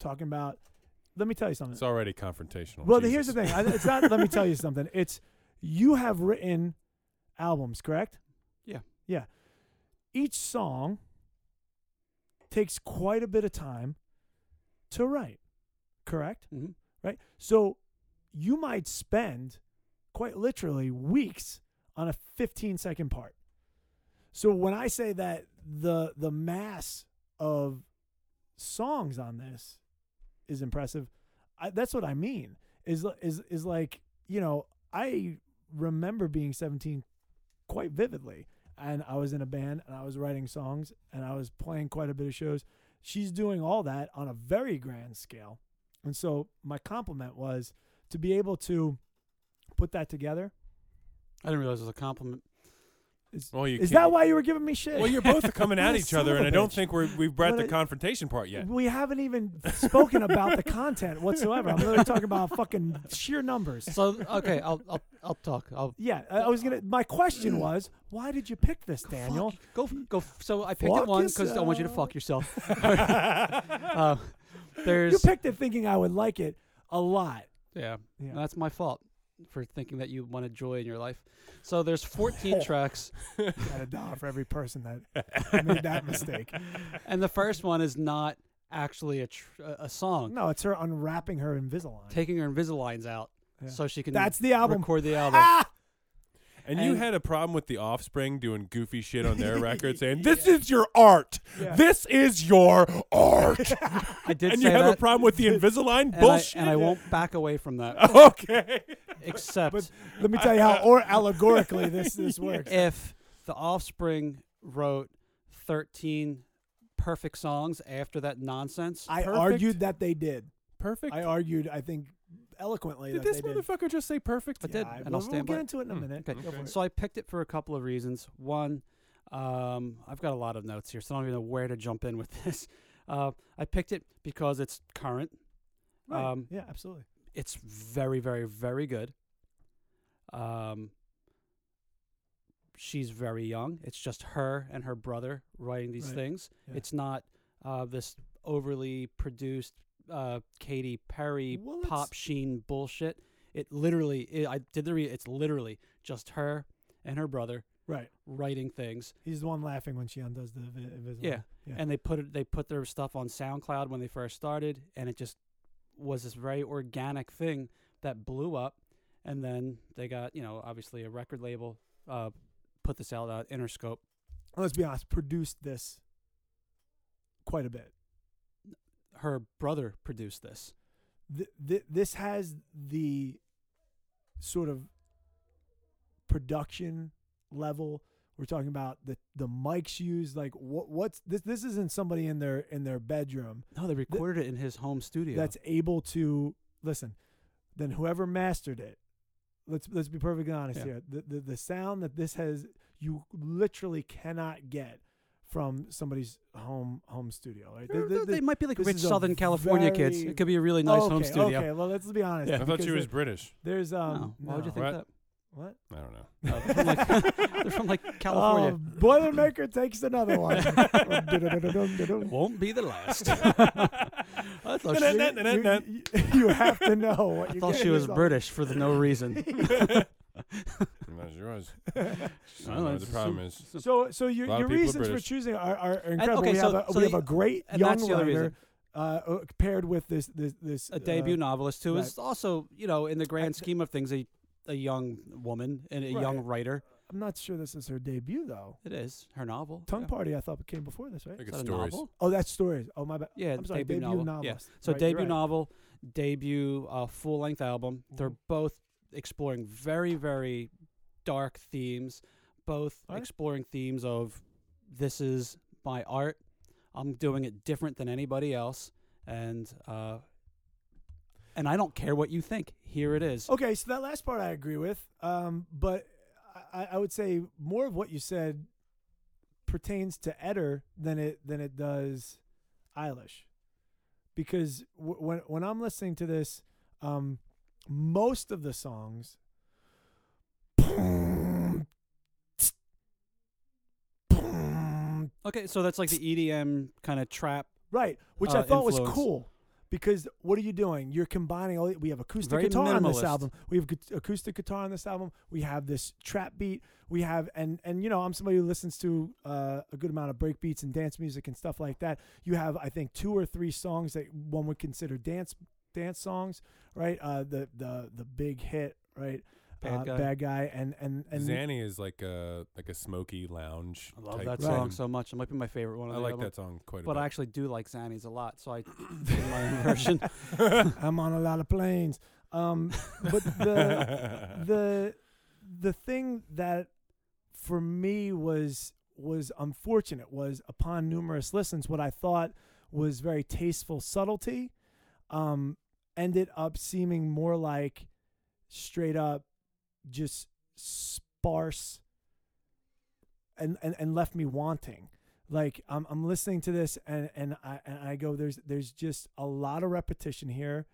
Talking about, let me tell you something. It's already confrontational. well, Oh, Jesus. here's the thing. I, it's not, let me tell you something. It's, you have written albums, correct? Yeah. Yeah. Each song takes quite a bit of time to write, correct? Mm-hmm. Right? So you might spend quite literally weeks on a 15 second part. So when I say that the the mass of songs on this is impressive, I, that's what I mean. Is is is like, you know, I remember being 17 quite vividly and I was in a band and I was writing songs and I was playing quite a bit of shows. She's doing all that on a very grand scale. And so my compliment was to be able to put that together. I didn't realize it was a compliment. Is, Well, you is can't- that why you were giving me shit? Well, you're both coming What at a each son other, of and a I don't bitch. think we're, we've brought What the a- confrontation part yet. We haven't even spoken about the content whatsoever. I'm literally talking about fucking sheer numbers. So okay, I'll I'll, I'll talk. I'll Yeah, I I was gonna. My question was, why did you pick this, Daniel? Fuck, go f- go. f- So I picked Fuck it one because I want you to yourself. fuck yourself. uh, You there's picked it thinking I would like it a lot. yeah, Yeah. Uh, that's my fault for thinking that you wanted joy in your life. So there's 14 tracks, Got a dollar for every person that made that mistake. and the first one is not actually a tr- a a song. No, it's her unwrapping her Invisalign. Taking her Invisaligns out Yeah. so she can That's the album. record the album. Ah! And you And- had a problem with the Offspring doing goofy shit on their record, saying "This is your art. Yeah. This is your art." I did and say you have that, a problem with the Invisalign and, I, bullshit. and I won't back away from that, okay. except But let me tell you how or allegorically this this works. if the Offspring wrote 13 perfect songs after that nonsense. I Perfect. argued that they did. Perfect. I argued, I think, eloquently did that this they did. motherfucker just say perfect? I did, I- and we'll, I'll stand we'll get by it. into it in a Hmm. minute. Okay. Go for it. So I picked it for a couple of reasons. One, um, I've got a lot of notes here, so I don't even know where to jump in with this. Uh, I picked it because it's current. Right. Um, yeah, absolutely. It's very, very, very good. Um, she's very young. It's just her and her brother writing these Right. things. Yeah. It's not uh, this overly produced uh, Katy Perry Well, it's- pop sheen bullshit. It literally, i I did the re- it's literally just her and her brother Right. writing things, He's the one laughing when she undoes the vi- invisible. Yeah. Yeah. and they put it, they put their stuff on SoundCloud when they first started, and it just was this very organic thing that blew up, and then they got you know obviously a record label uh, put this out uh, Interscope. Let's be honest. Produced this quite a bit. Her brother produced this. Th- th- this has the sort of production level we're talking about the the mics used like what what's this this isn't somebody in their in their bedroom No, they recorded it in his home studio. that's able to listen then whoever mastered it let's let's be perfectly honest Yeah. here the, the the sound that this has you literally cannot get from somebody's home home studio right? Or Th- th- they th- might be like this rich is a Southern California kids. very- It could be a really nice home okay, studio. okay well let's be honest Yeah. I thought because she was there- British. there's um No, Why would you think What? that? what I don't know. No, they're, from like, they're from like California. Oh, Boilermaker takes another one. You- Won't be the last. I thought she, Na- na- na- na- you, you have to know what I you're thought she getting was yourself- British for the no reason. That's yours. I Well, don't know what it's the a problem su- is. So, so your, A lot of your people are reasons for British. choosing are, are, are incredible. okay, we have so- a, so we have the- a great and young that's the other writer reason. uh, uh, paired with this this this uh, A debut novelist who is right. also, you know, in the grand th- scheme of things, a a young woman and a young writer. I'm not sure this is her debut though. It is her novel. Tongue yeah. Party, I thought came before this, right? Like Is it's that a stories. novel? Oh, that's stories. Oh my bad. Yeah, I'm sorry. debut, novel. Yeah. novelist. So Right, you're debut right. novel, debut uh, full length album. They're Mhm. both exploring very very dark themes. Both Alright. exploring themes of this is my art. I'm doing it different than anybody else, and uh, and I don't care what you think. Here it is. Okay, so that last part I agree with, um, but I, I would say more of what you said pertains to Eder than it than it does Eilish, because w- when when I'm listening to this, um, most of the songs. Okay, so that's like the E EDM kind of trap. Right, which I uh, thought was influence. cool because what are you doing? You're combining all. We have acoustic Very guitar on this minimalist. album. We have gu- acoustic guitar on this album. We have this trap beat. We have and and you know I'm somebody who listens to uh, a good amount of break beats and dance music and stuff like that. You have I think two or three songs that one would consider dance dance songs, right? Uh, the the the big hit, right? Bad uh, Guy. bad guy, and and and Zanny is like a like a smoky lounge. I love type that Right. song thing. so much. It might be my favorite one. I On the like album. that song quite But a I bit. actually do like Zanny's a lot, so I did my impression. I'm on a lot of planes. Um, but the the the thing that for me was was unfortunate was upon numerous listens what I thought was very tasteful subtlety um ended up seeming more like straight up just sparse and and, and left me wanting like I'm, I'm listening to this and and I and I go there's there's just a lot of repetition here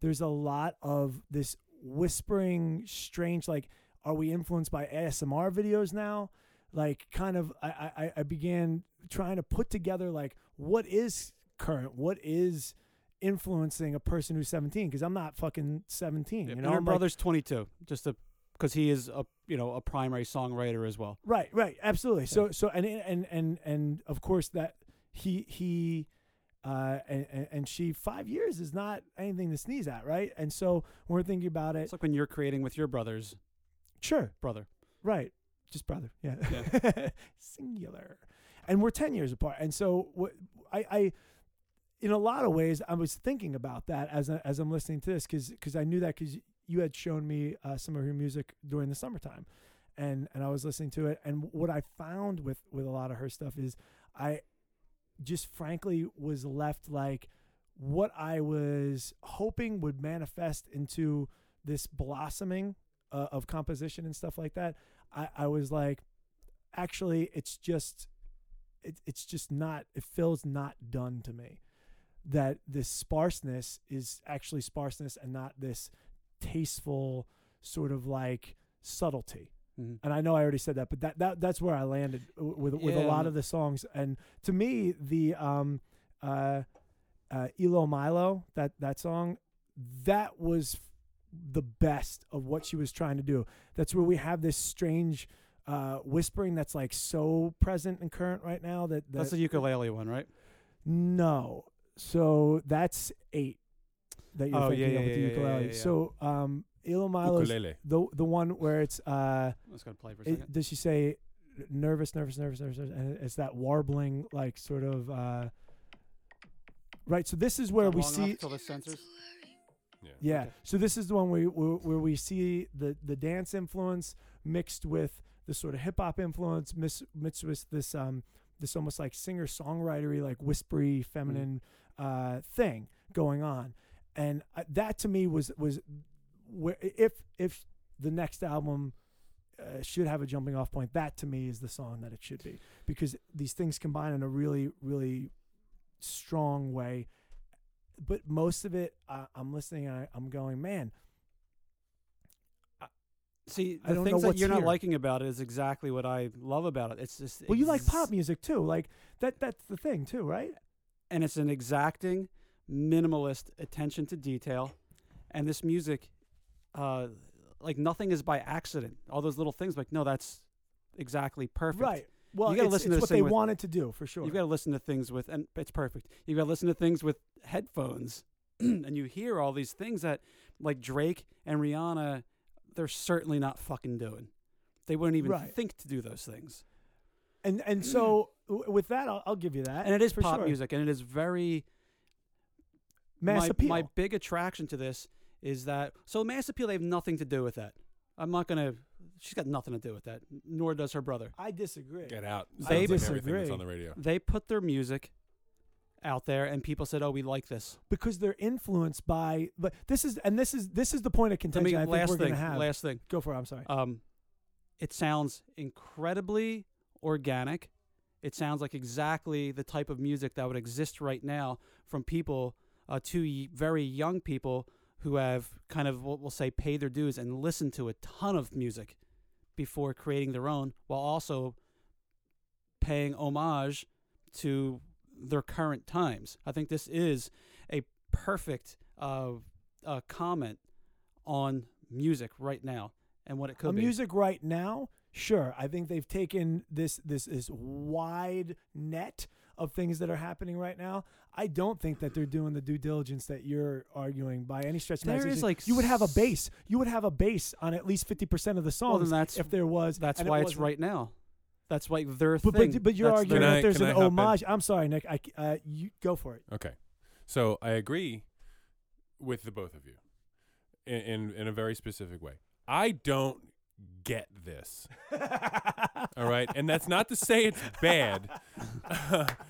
there's a lot of this whispering strange like are we influenced by asmr videos now like kind of i i, I began trying to put together like what is current what is influencing a person who's 17 because i'm not fucking 17 you know and her I'm like- brother's 22, just because he is a you know a primary songwriter as well. Right, right, absolutely. So, so, and and and and of course that he he uh, and and- and she five years is not anything to sneeze at, right? And so when we're thinking about it, It's like when you're creating with your brother's sure, brother. right, just brother, yeah, singular. And we're ten years apart, and so what I I. In a lot of ways, I was thinking about that as I, as I'm listening to this because I knew that because you had shown me uh, some of her music during the summertime, and and I was listening to it. And what I found with with a lot of her stuff is I just frankly was left like what I was hoping would manifest into this blossoming uh, of composition and stuff like that. I, I was like, actually, it's just it, it's just not it feels not done to me that this sparseness is actually sparseness and not this tasteful sort of like subtlety Mhm. and I know I already said that, but that, that that's where I landed w- with with a Yeah, lot and- of the songs. And to me, the um, uh, uh, Elo Milo that that song, that was the best of what she was trying to do. That's where we have this strange uh, whispering that's like so present and current right now. That, that That's the ukulele one, right? no, so that's eight that you're Oh, yeah, thinking of yeah, with the yeah, yeah, ukulele. yeah, yeah. So um, Elo Milo's Ukulele. the the one where it's. Uh, I was gonna play for a it- second. does she say nervous, nervous, nervous, nervous, nervous? And it's that warbling, like sort of. Uh, right. So this is where Not we long see. enough till the sensors. Yeah. Yeah. Okay. So this is the one where, where where we see the the dance influence mixed with the sort of hip hop influence, mis- mixed with this um this almost like singer songwritery, like whispery feminine uh, thing going on, and uh, that to me was was where if if the next album. Uh, should have a jumping off point. That to me is the song that it should be because these things combine in a really, really strong way but most of it I, I'm listening and I, I'm going, man, See, I the don't know things that what's you're not here. liking about it is exactly what I love about it. It's just well, you like ex- pop music too. Like that that's the thing too, right? and it's an exacting, minimalist attention to detail, and this music, uh, like nothing is by accident. All those little things, like no, that's exactly perfect. Right. Well, You gotta it's, listen to it's this what thing they with- wanted to do for sure. You've got to listen to things with, and it's perfect. You've got to listen to things with headphones, and you hear all these things that, like Drake and Rihanna, they're certainly not fucking doing. They wouldn't even Right. think to do those things. and and so w- with that, I'll, I'll give you that. And it is for pop sure. music, and it is very mass my, appeal. my big attraction to this is that so mass appeal they have nothing to do with that. I'm not gonna. She's got nothing to do with that. Nor does her brother. I disagree. Get out. I Sounds like everything disagree. that's on the radio. They put their music out there, and people said, "Oh, we like this." because they're influenced by. But this is and this is this is the point of Let contention. me I think last we're going thing. to have. Last thing. Go for it. I'm sorry. Um, it sounds incredibly organic. It sounds like exactly the type of music that would exist right now from people, uh, two y- very young people who have kind of what we'll say pay their dues and listen to a ton of music before creating their own, while also paying homage to their current times. I think this is a perfect uh, uh, comment on music right now and what it could a be. music right now sure i think they've taken this this this wide net of things that are happening right now i don't think that they're doing the due diligence that you're arguing by any stretch of There is, imagination. like, you would have a s- base you would have a base on at least 50% of the songs Well, then that's if there was that's and it why it's wasn't. right now. That's like their but, thing. but, but you're That's arguing Can their- I- that there's can an I hop in? homage i'm sorry nick i c- uh, you go for it Okay. So I agree with the both of you in, in, in a very specific way. I don't get this. All right. And that's not to say it's bad.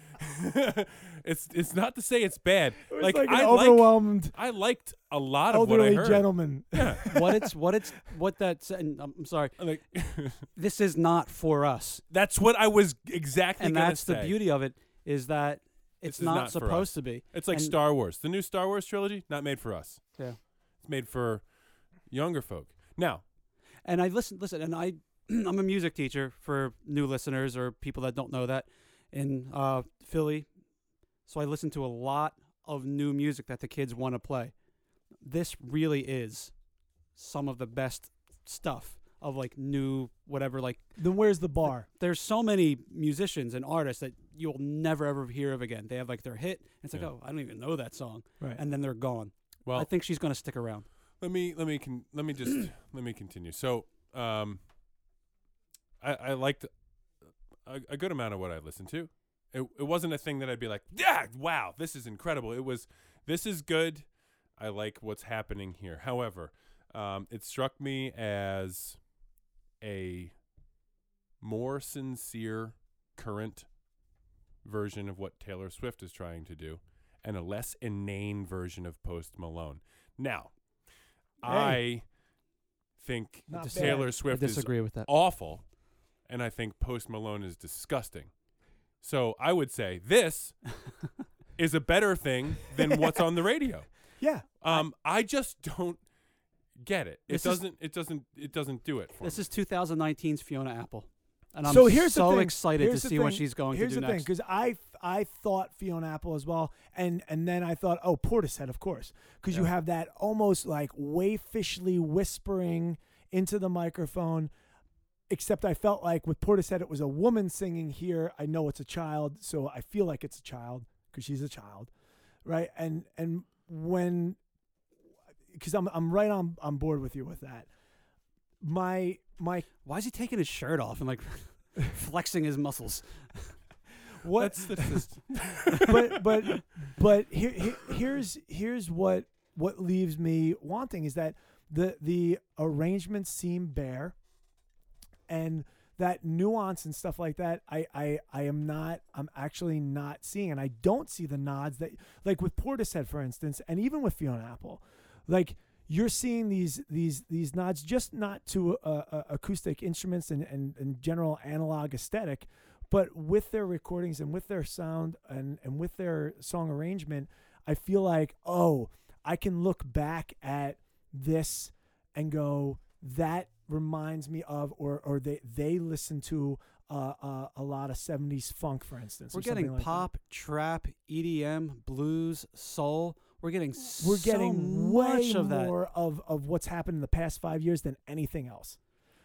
it's it's not to say it's bad. It was like, like an I like overwhelmed I liked a lot of what I elderly heard. gentleman Yeah. what it's what it's what that's. And um, I'm I'm sorry. Like This is not for us, that's what I was exactly and gonna that's the say. beauty of it is that This it's is not, not for us. supposed to be. It's like And- Star Wars. The new Star Wars trilogy not made for us. Yeah. It's made for younger folk. Now, And I listen, listen, and I, I'm a music teacher for new listeners or people that don't know that in uh, Philly. So I listen to a lot of new music that the kids want to play. This really is some of the best stuff of like new whatever. Like then where's the bar there's so many musicians and artists that you'll never ever hear of again. They have like their hit. And it's like Yeah. oh, I don't even know that song, right and then they're gone. well, I think she's gonna stick around. let me let me con- let me just let me continue. So, um, I I liked a, a good amount of what I listened to. It it wasn't a thing that I'd be like, yeah, wow, this is incredible. It was this is good. I like what's happening here. However, um, it struck me as a more sincere current version of what Taylor Swift is trying to do, and a less inane version of Post Malone. Now, I think Not Dis- bad. Taylor I Swift is disagree with that. awful, and I think Post Malone is disgusting. So I would say this is a better thing than what's on the radio. yeah Um, I, just don't get it. It This is- doesn't. it doesn't. It doesn't do it for This me. is 2019's Fiona Apple, and I'm So here's the so thing. excited Here's to the see what thing. she's going Here's to do the next. thing, because I I thought Fiona Apple as well, and and then I thought, oh, Portishead, of course, because you Yeah. have that almost like waifishly whispering into the microphone. Except I felt like with Portishead, it was a woman singing here. I know it's a child, so I feel like it's a child because she's a child, right? And and when because I'm I'm right on on board with you with that. My my Why is he taking his shirt off and like flexing his muscles? what That's, that's just, but but but here, here here's here's what what leaves me wanting is that the the arrangements seem bare and that nuance and stuff like that I I I am not I'm actually not seeing and I don't see the nods that like with Portishead for instance and even with Fiona Apple like you're seeing these these these nods just not to uh, uh, acoustic instruments and, and and general analog aesthetic but with their recordings and with their sound and and with their song arrangement i feel like oh i can look back at this and go that reminds me of or or they they listen to uh, uh, a lot of 70s funk for instance or We're getting something like that. pop, trap, EDM, blues, soul. We're getting we're so getting way much of that. more of of what's happened in the past five years than anything else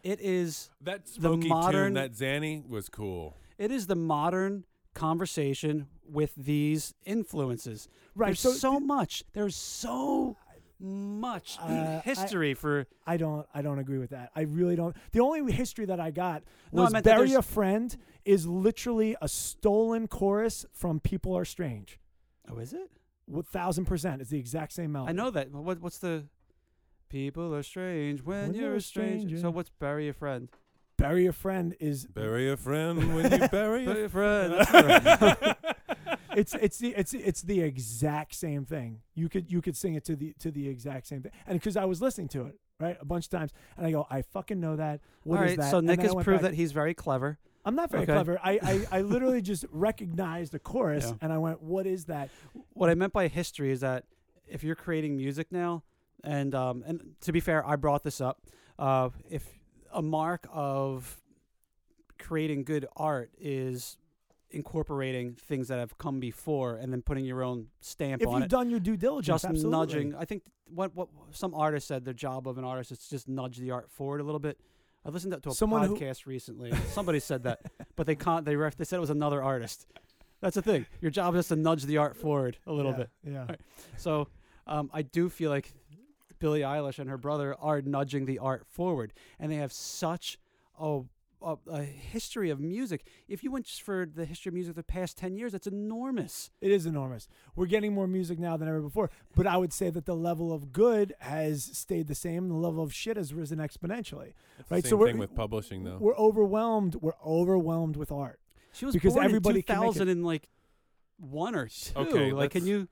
It is that The smoky modern- tune, that Zanny was cool. it is the modern conversation with these influences. Right, There's so so, much. There's so much Uh, I- history for I don't. I don't agree with that. I really don't. The only history that I got No, I was meant that "Bury there's- a Friend" is literally a stolen chorus from "People Are Strange." Oh, is it? One thousand percent, it's the exact same melody. I know that. What what's the People are strange when, When you're, a stranger. So what's bury a friend? "Bury a Friend" is Bury a friend when you bury. a Bury a friend. it's it's the it's it's the exact same thing. You could you could sing it to the to the exact same thing, and because I was listening to it right a bunch of times, and I go, I fucking know that. What is All right, that? so And Nick then I has went proved back- that he's very clever. I'm not very Okay. clever. I, I I literally just recognized the chorus, Yeah. and I went, what is that? What I meant by history is that if you're creating music now, and um, and to be fair, I brought this up. Uh, if a mark of creating good art is incorporating things that have come before and then putting your own stamp If on you've it. done your due diligence, just absolutely. nudging. I think what what some artist said the job of an artist is to just nudge the art forward a little bit. I listened to a Someone who- podcast recently. and Somebody said that, but they can't. They ref, they said it was another artist. That's the thing. Your job is to nudge the art forward a little yeah, bit. Yeah. Right. So um, I do feel like Billie Eilish and her brother are nudging the art forward, and they have such a a, a history of music. If you went just for the history of music the past ten years, that's enormous. It is enormous. We're getting more music now than ever before, but I would say that the level of good has stayed the same, and the level of shit has risen exponentially. It's Right, the so same we're- thing with publishing, though. We're overwhelmed. We're overwhelmed with art. She was Because born everybody in can make it- 2000 and like one or two. Okay, like can let's- you?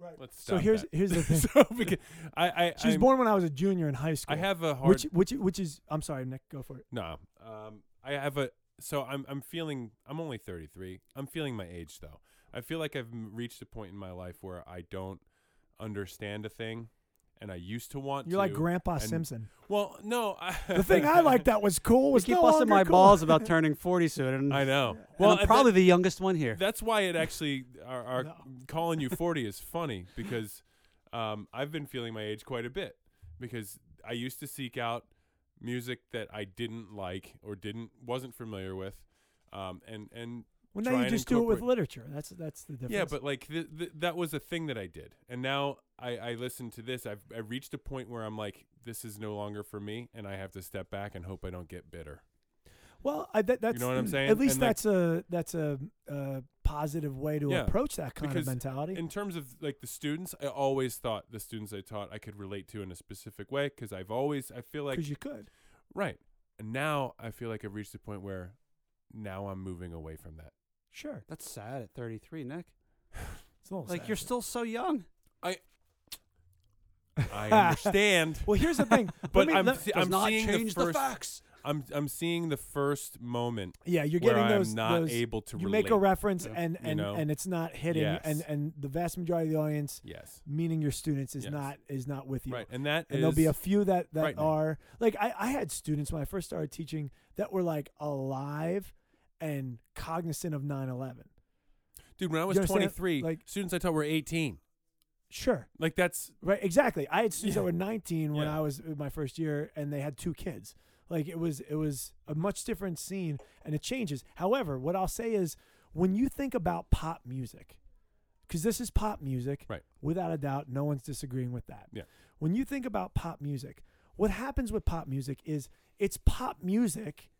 Right. Let's So stop here's that. here's the thing. so because I, I She was I'm- born when I was a junior in high school. I have a hard which which which is I'm sorry, Nick, go for it. no. Um, I have a so I'm I'm feeling I'm only 33. I'm feeling my age though. I feel like I've m- reached a point in my life where I don't understand a thing, and I used to want. You're like to. Grandpa and- Simpson. Well, no. I, The thing I like that was cool We was keep no busting longer my cool. balls about turning forty soon, and, I and know. well, Well, I'm probably the youngest one here. That's why it actually our, our No. calling you 40 is funny because um, I've been feeling my age quite a bit because I used to seek out music that I didn't like or didn't wasn't familiar with, um, and and Well, now try you and just do it with incorporate- literature. That's that's the difference. yeah, but like th- th- that was a thing that I did, and now I, I listen to this. I've I reached a point where I'm like, this is no longer for me, and I have to step back and hope I don't get bitter. well, I, that, that's mm, know what I'm saying? At least And, like- that's a that's a, uh positive way to Yeah, approach that kind of because mentality. in terms of like the students, I always thought the students I taught I could relate to in a specific way because I've always I feel like because you could. Right. And now I feel like I've reached a point where now I'm moving away from that. Sure, That's sad at thirty three, Nick. it's a little Like sad. you're still so young. I understand, Well, here's the thing. but Let me- I'm let- see- Does I'm not seeing change the first facts. I'm I'm seeing the first moment yeah, you're where getting those. I'm not those able to you relate. make a reference Yeah. and You and know? and it's not hitting, Yes. and and the vast majority of the audience, yes. meaning your students, is Yes. not is not with you. Right. And that and there'll be a is- few that that frightening. are like I, I had students when i first started teaching that were like alive and cognizant of 9-11 dude when I was you understand? 23, Like- students I taught were 18. sure Like that's right exactly i had students Yeah. that were 19 when Yeah. i was in my first year and they had two kids like it was it was a much different scene and it changes however what i'll say is when you think about pop music because this is pop music Right. without a doubt no one's disagreeing with that Yeah. when you think about pop music what happens with pop music is it's pop music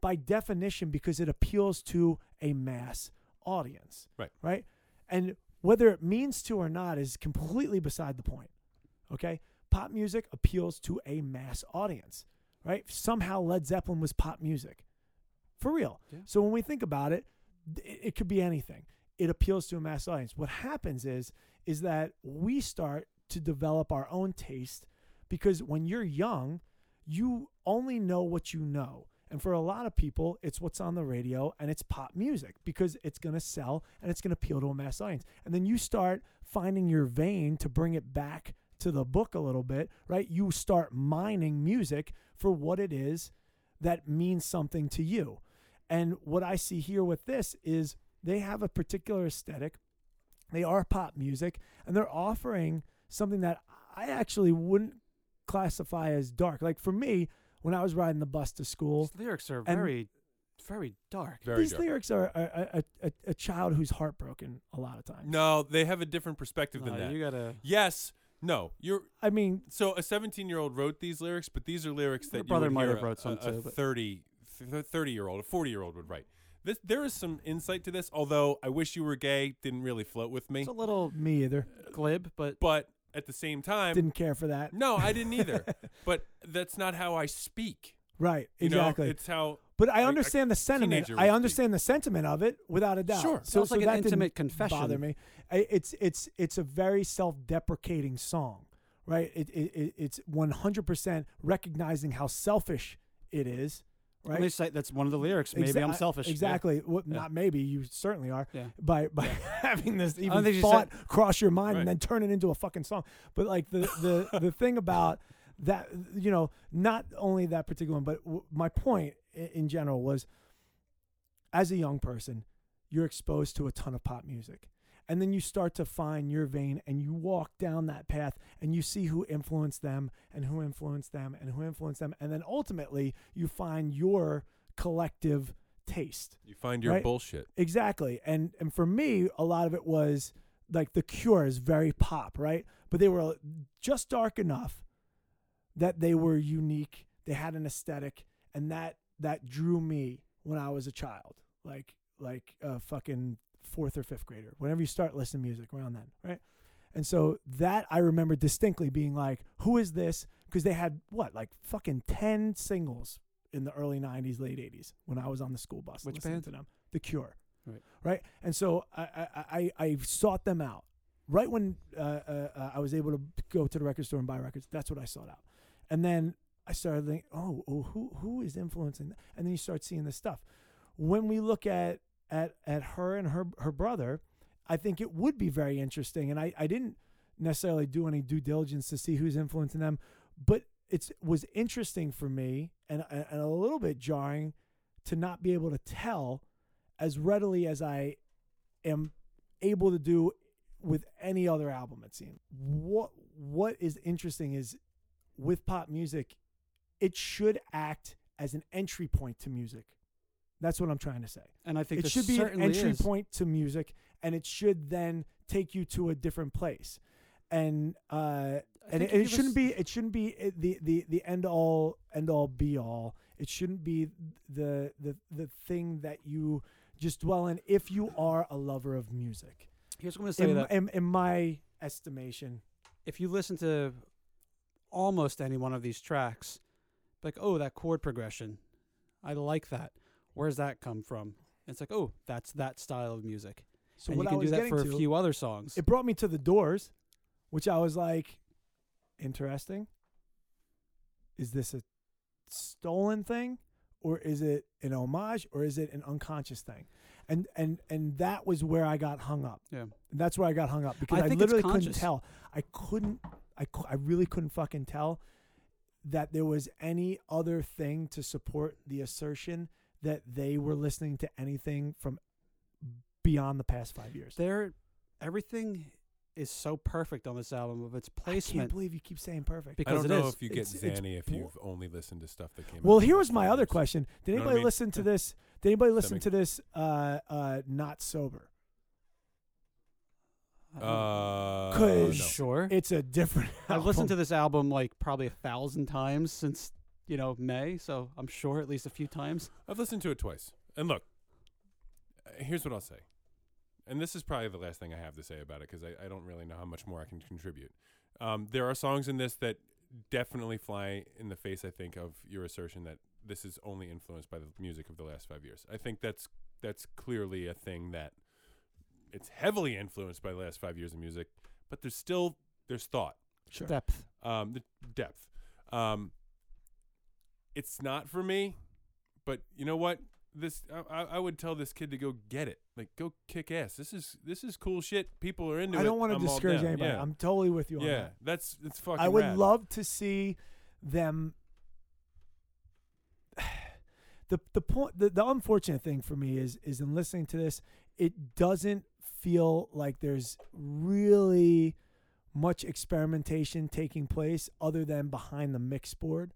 by definition because it appeals to a mass audience Right. right and whether it means to or not is completely beside the point okay pop music appeals to a mass audience right somehow led zeppelin was pop music for real Yeah. so when we think about it th- it, it could be anything it appeals to a mass audience what happens is is that we start to develop our own taste because when you're young you only know what you know and for a lot of people it's what's on the radio and it's pop music because it's going to sell and it's going to appeal to a mass audience and then you start finding your vein to bring it back to the book a little bit right you start mining music for what it is that means something to you and what i see here with this is they have a particular aesthetic they are pop music and they're offering something that i actually wouldn't classify as dark like for me when i was riding the bus to school These lyrics are and- very, very dark. very these dark. lyrics are a, a, a, a child who's heartbroken a lot of times No, they have a different perspective than Uh, that. you gotta. yes. No. You're i mean so a 17 year old wrote these lyrics, but these are lyrics that Your you brother would might hear have wrote a- some a, too, A but- 30, 30 year old, a 40 year old would write. This there is some insight to this, although I wish you were gay didn't really float with me. It's a little me either glib, but but at the same time, didn't care for that no, I didn't either. but that's not how I speak. Right. You Exactly. know, it's how but I a- a understand the sentiment. teenager I would understand the sentiment of it without a doubt. Sure. So, Sounds so like an that didn't intimate confession. bother me. I, it's it's it's a very self-deprecating song, right? It, it, it it's 100% recognizing how selfish it is, right? Let me say that's one of the lyrics. Maybe Exa- I'm selfish. Yeah. Exactly. What, Yeah. Not maybe. You certainly are. Yeah. By by having this even think she thought cross your mind Right. and then turn it into a fucking song. But like the the the thing about that, you know, not only that particular one, but w- my point in, in general was, as a young person, you're exposed to a ton of pop music. And then you start to find your vein and you walk down that path and you see who influenced them and who influenced them and who influenced them. And then ultimately you find your collective taste. You find your Right? bullshit. Exactly. And and for me, a lot of it was like the cure is very pop, right? But they were uh, just dark enough that they were unique. They had an aesthetic and that that drew me when I was a child. Like like a fucking fourth or fifth grader. Whenever you start listening to music around then, right? And so that I remember distinctly being like, who is this? Because they had what, like fucking 10 singles in the early 90s, late 80s when I was on the school bus Which listening band? to them. The Cure. Right. Right. And so I, I, I, I sought them out. Right when uh, uh, uh, I was able to go to the record store and buy records, that's what I sought out. And then I started thinking, oh, oh who, who is influencing? th- And then you start seeing this stuff. When we look at, at, at her and her, her brother, I think it would be very interesting. And I, I didn't necessarily do any due diligence to see who's influencing them, but it was interesting for me and, and and a little bit jarring to not be able to tell as readily as I am able to do with any other album. It seems what what is interesting is with pop music, it should act as an entry point to music. That's what I'm trying to say And I think it there should be an certainly entry is. point to music, and it should then take you to a different place. And uh, I and it, think you it give us- shouldn't be it shouldn't be uh, the the the end all end all be all. It shouldn't be the the the thing that you just dwell in if you are a lover of music. Here's what I'm gonna say. In, that in, in my estimation, if you listen to almost any one of these tracks, like, oh, that chord progression, I like that. Where's that come from? It's like, oh, that's that style of music. so and what you I can was do that getting for to, a few other songs. it brought me to the Doors, which I was like, interesting. Is this a stolen thing, or is it an homage, or is it an unconscious thing? And and and that was where I got hung up. Yeah. And that's where I got hung up because I, think it's literally couldn't conscious. tell. I couldn't. I cou- I really couldn't fucking tell that there was any other thing to support the assertion that they were listening to anything from beyond the past five years. There, everything is so perfect on this album of its I can't placement. believe you keep saying perfect. I Because don't it know is. if you get It's- it's Zanny if bo- you've only listened to stuff that came out. Well, in here the was my last other few years. question. Did You know what I anybody mean? listen to this? Did anybody listen Stomach. to this? Uh, uh, not sober. I don't- Uh, Cause- no. sure. It's a different. I've listened to this album like probably a thousand times since you know May, so I'm sure at least a few times. I've listened to it twice. And look, uh, here's what I'll say. And this is probably the last thing I have to say about it because I, I don't really know how much more I can contribute. Um, there are songs in this that definitely fly in the face, I think, of your assertion that this is only influenced by the music of the last five years. I think that's that's clearly a thing that it's heavily influenced by the last five years of music, but there's still there's thought Sure. Depth. um, the depth. Um, it's not for me, but you know what? This I- I, I would tell this kid to go get it, like go kick ass. This is this is cool shit. People are into it. I don't want I'm to all discourage down. anybody. Yeah, I'm totally with you on yeah. that. that's it's fucking. I would rad. love to see them. the the point the, the unfortunate thing for me is is in listening to this, it doesn't feel like there's really much experimentation taking place other than behind the mix board.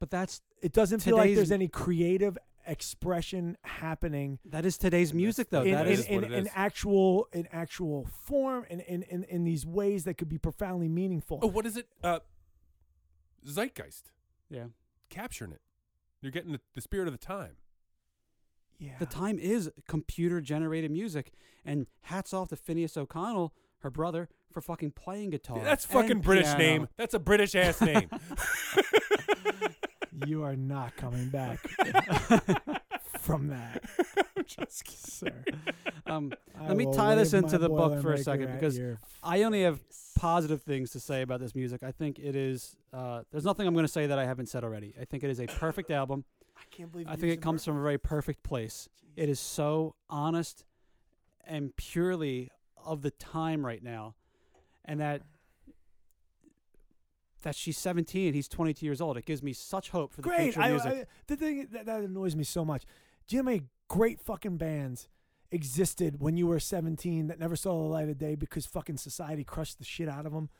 But that's It doesn't feel like Today's- there's any creative expression happening that is today's music though. in, That in, is is in, what it in is. actual in actual form and in, in, in these ways that could be profoundly meaningful. Oh, what is it? Uh, zeitgeist, yeah. capturing it. You're getting the, the spirit of the time. yeah. The time is computer generated music, and hats off to Phineas O'Connell, her brother, for fucking Oh, playing guitar. That's and fucking British piano. name. That's a British ass name. you are not coming back from that, I'm just kidding. sir. um, I Let me will tie this wave my into the book for a Boilermaker second at because your I only have face. positive things to say about this music. I think it is. Uh, there's nothing I'm going to say that I haven't said already. I think it is a perfect album. I can't believe I think it comes from a very perfect place. It is so honest and purely of the time right now, and that that she's 17, he's 22 years old. It gives me such hope for the great. future I, music. I, the thing that, that annoys me so much. Do you know how many great fucking bands existed when you were 17 that never saw the light of day because fucking society crushed the shit out of them?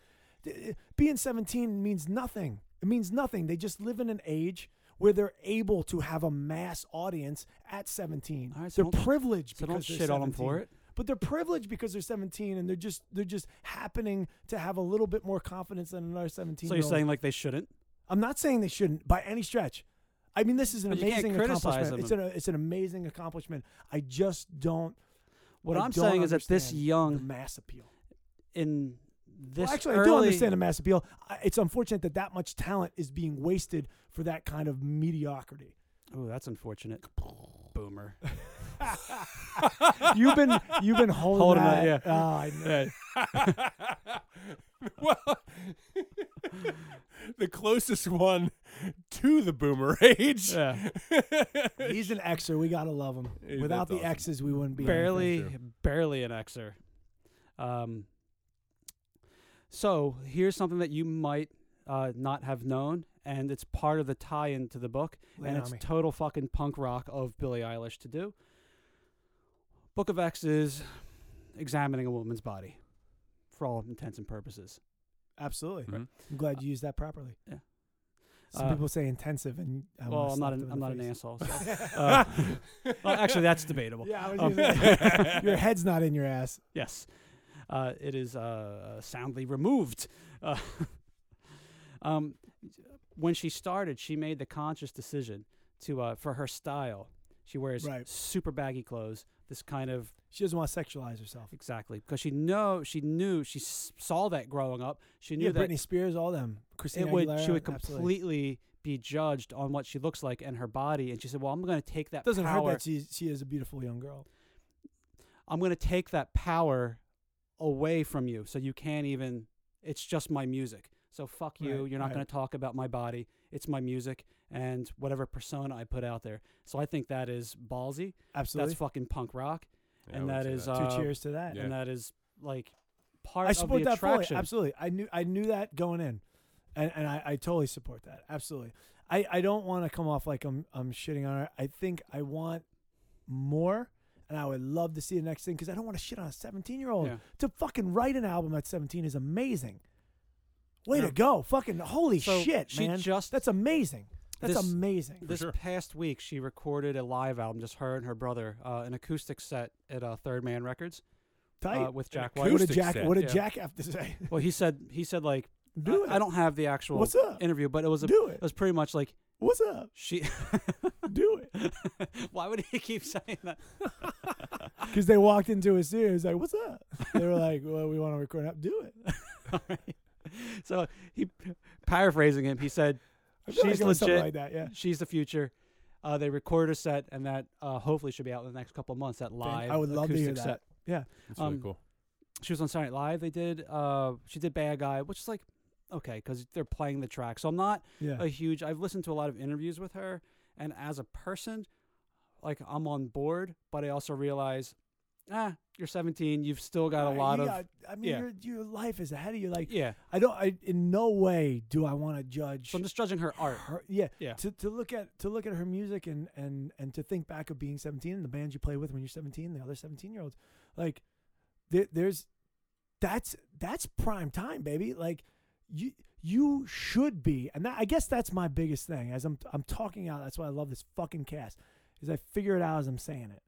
Being 17 means nothing. It means nothing. They just live in an age where they're able to have a mass audience at 17. All right, so they're don't- privileged so because don't they're shit on them 17. for it. but they're privileged because they're 17 and they're just they're just happening to have a little bit more confidence than another 17 So you're saying like they shouldn't? I'm not saying they shouldn't by any stretch. I mean, this is an But you can't amazing criticize accomplishment. them. It's an it's an amazing accomplishment. I just don't. What I I'm don't saying is that this understand the young mass appeal. in this Well, actually, early, I do understand the mass appeal. I- It's unfortunate that that much talent is being wasted for that kind of mediocrity. Oh, that's unfortunate. Boomer. You've been you've been holding, Holding that. that, yeah. Oh, I know. well, the closest one to the boomer age. Yeah. He's an Xer. We gotta love him. Hey, Without that's the awesome. X's, we wouldn't be barely, true. barely an Xer. Um, so here's something that you might uh, not have known, and it's part of the tie-in to the book, Lay it and on it's me. total fucking punk rock of Billie Eilish to do. Book of X is examining a woman's body, for all intents and purposes. Absolutely. Mhm. I'm glad you used that properly. Mm-hmm. Yeah. Some Uh, people say intensive, and I wanna well, I'm not slap an, them in I'm the not an face. asshole. so- uh, well, actually, that's debatable. Yeah, I was Um, gonna say, your head's not in your ass. Yes. Uh, it is uh, soundly removed. Uh, um, when she started, she made the conscious decision to uh, for her style. She wears Right. super baggy clothes. This kind of She doesn't want to sexualize herself. exactly because she know she knew she s- saw that growing up. She knew Yeah, that Britney Spears, all them. Christina it would Aguilera, she would absolutely. completely be judged on what she looks like and her body. And she said, "Well, I'm going to take that Doesn't power. hurt that she she is a beautiful young girl. I'm going to take that power away from you so you can't even it's just my music. So fuck you. Right, You're not right. going to talk about my body. It's my music and whatever persona I put out there. So I think that is ballsy. Absolutely. That's fucking punk rock Yeah, I And would that say is, that. Two uh, cheers to that. yeah. and that is like part I of the support that fully. attraction. Absolutely. I knew I knew that going in, and and I, I totally support that. Absolutely. I, I don't want to come off like I'm I'm shitting on her. I think I want more, and I would love to see the next thing because I don't want to shit on a 17 year old. Yeah. To fucking write an album at 17 is amazing. Way Yeah. to go! Fucking holy So shit, she man. just- That's amazing. That's This- uh, amazing. This sure. past week, she recorded a live album, just her and her brother, uh, an acoustic set at uh, Third Man Records Tight. uh, with Jack what White. did acoustic Jack? set, What did yeah. Jack have to say? Well, he said he said like Do I, I it. don't have the actual What's up? interview, but it was a, Do it it. was pretty much like What's up? she Do it. Why would he keep saying that? Because they walked into his studio. He's like, "What's up?" They were like, "Well, we want to record up. Do it." so he, paraphrasing him, he said, I feel She's like it was something legit. like that. Yeah. "She's the future." Uh, they recorded a set, and that uh, hopefully should be out in the next couple of months. That live, I would love to hear acoustic that. set. That's really um, cool. She was on Saturday Night Live. They did. Uh, she did Bad Guy, which is like okay because they're playing the track. So I'm not Yeah. a huge. I've listened to a lot of interviews with her, and as a person, like I'm on board, but I also realize, ah, you're 17. You've still got a Right, lot you of got- I mean, yeah. your your life is ahead of you. Like, yeah. I don't. I in no way do I want to judge. So I'm just judging her art. her, yeah, Yeah. To, to look at to look at her music and and and to think back of being 17 and the bands you play with when you're 17, the other 17 year olds, like there, there's that's that's prime time, baby. Like you you should be, and that, I guess that's my biggest thing as I'm I'm talking out. That's why I love this fucking cast is I figure it out as I'm saying it.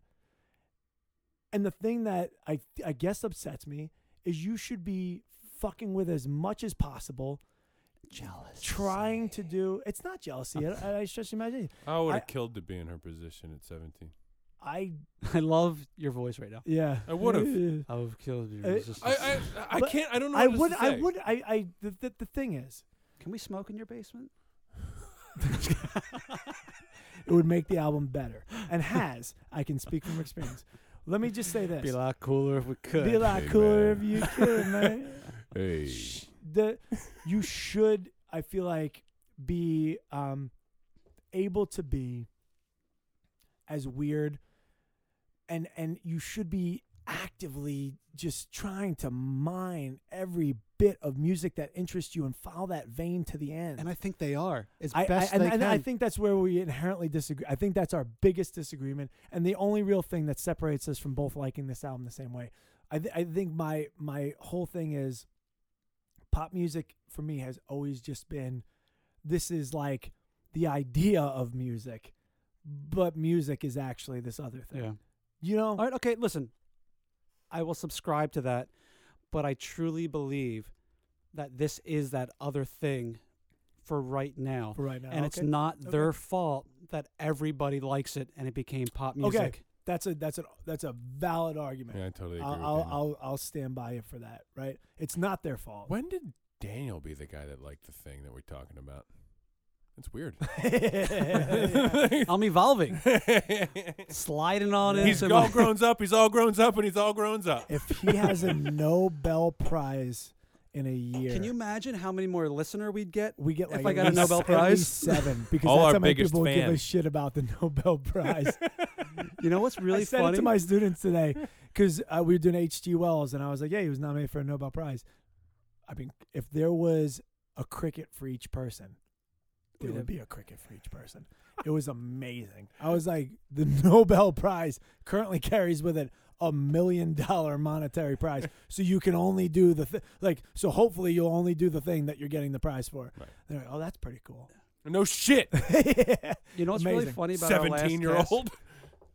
And the thing that I I guess upsets me is you should be fucking with as much as possible Jealous. trying to do. It's not jealousy. I, I stretch the imagination. I would I- have killed to be in her position at 17. I I love your voice right now. yeah. I would've. Uh, I would kill you. Uh, I I, I But can't. I don't know. I would. what else to I say. would. I. I. The, the, the thing is, Can we smoke in your basement? it would make the album better, and has. I can speak from experience. Let me just say this: Be a lot cooler if we could. Be a lot Hey, cooler if man. you could, man. Hey. Sh- the you should i feel like be um able to be as weird and and you should be actively just trying to mine every bit of music that interests you and follow that vein to the end And I think they are as I, I, best and, they and can. I think that's where we inherently disagree. I think that's our biggest disagreement, and the only real thing that separates us from both liking this album the same way. I, th- I think my my whole thing is, pop music for me has always just been, this is like the idea of music, but music is actually this other thing. Yeah. You know, All right. Okay. Listen, I will subscribe to that, but I truly believe that this is that other thing for right now. for right now, and it's okay? not Okay. their fault that everybody likes it and it became pop Okay. music. that's a that's a that's a valid argument. Yeah, I totally agree I'll, with I'll, Daniel. I'll I'll stand by it for that. Right? It's not their fault. when did Daniel be the guy that liked the thing that we're talking about? That's weird. I'm evolving, sliding on he's into all my- grown up. He's all grown up, and he's all grown up. if he has a Nobel Prize in a year, Can you imagine how many more listener we'd get? We get if like at I got a least- Nobel at Prize? least seven because All that's our how many biggest people give a fans. shit about the Nobel Prize. You know what's really I said funny? it to my students today because uh, we were doing H.G. Wells, and I was like, "Yeah, he was nominated for a Nobel Prize." I mean, if there was a cricket for each person, there We'd would have- be a cricket for each person. It was amazing. I was like, the Nobel Prize currently carries with it a million dollar monetary prize, so you can only do the th- like. So hopefully, you'll only do the thing that you're getting the prize for. Right. They're like, oh, that's pretty cool. No shit. you know what's really Amazing. funny about our last Seventeen year cast old.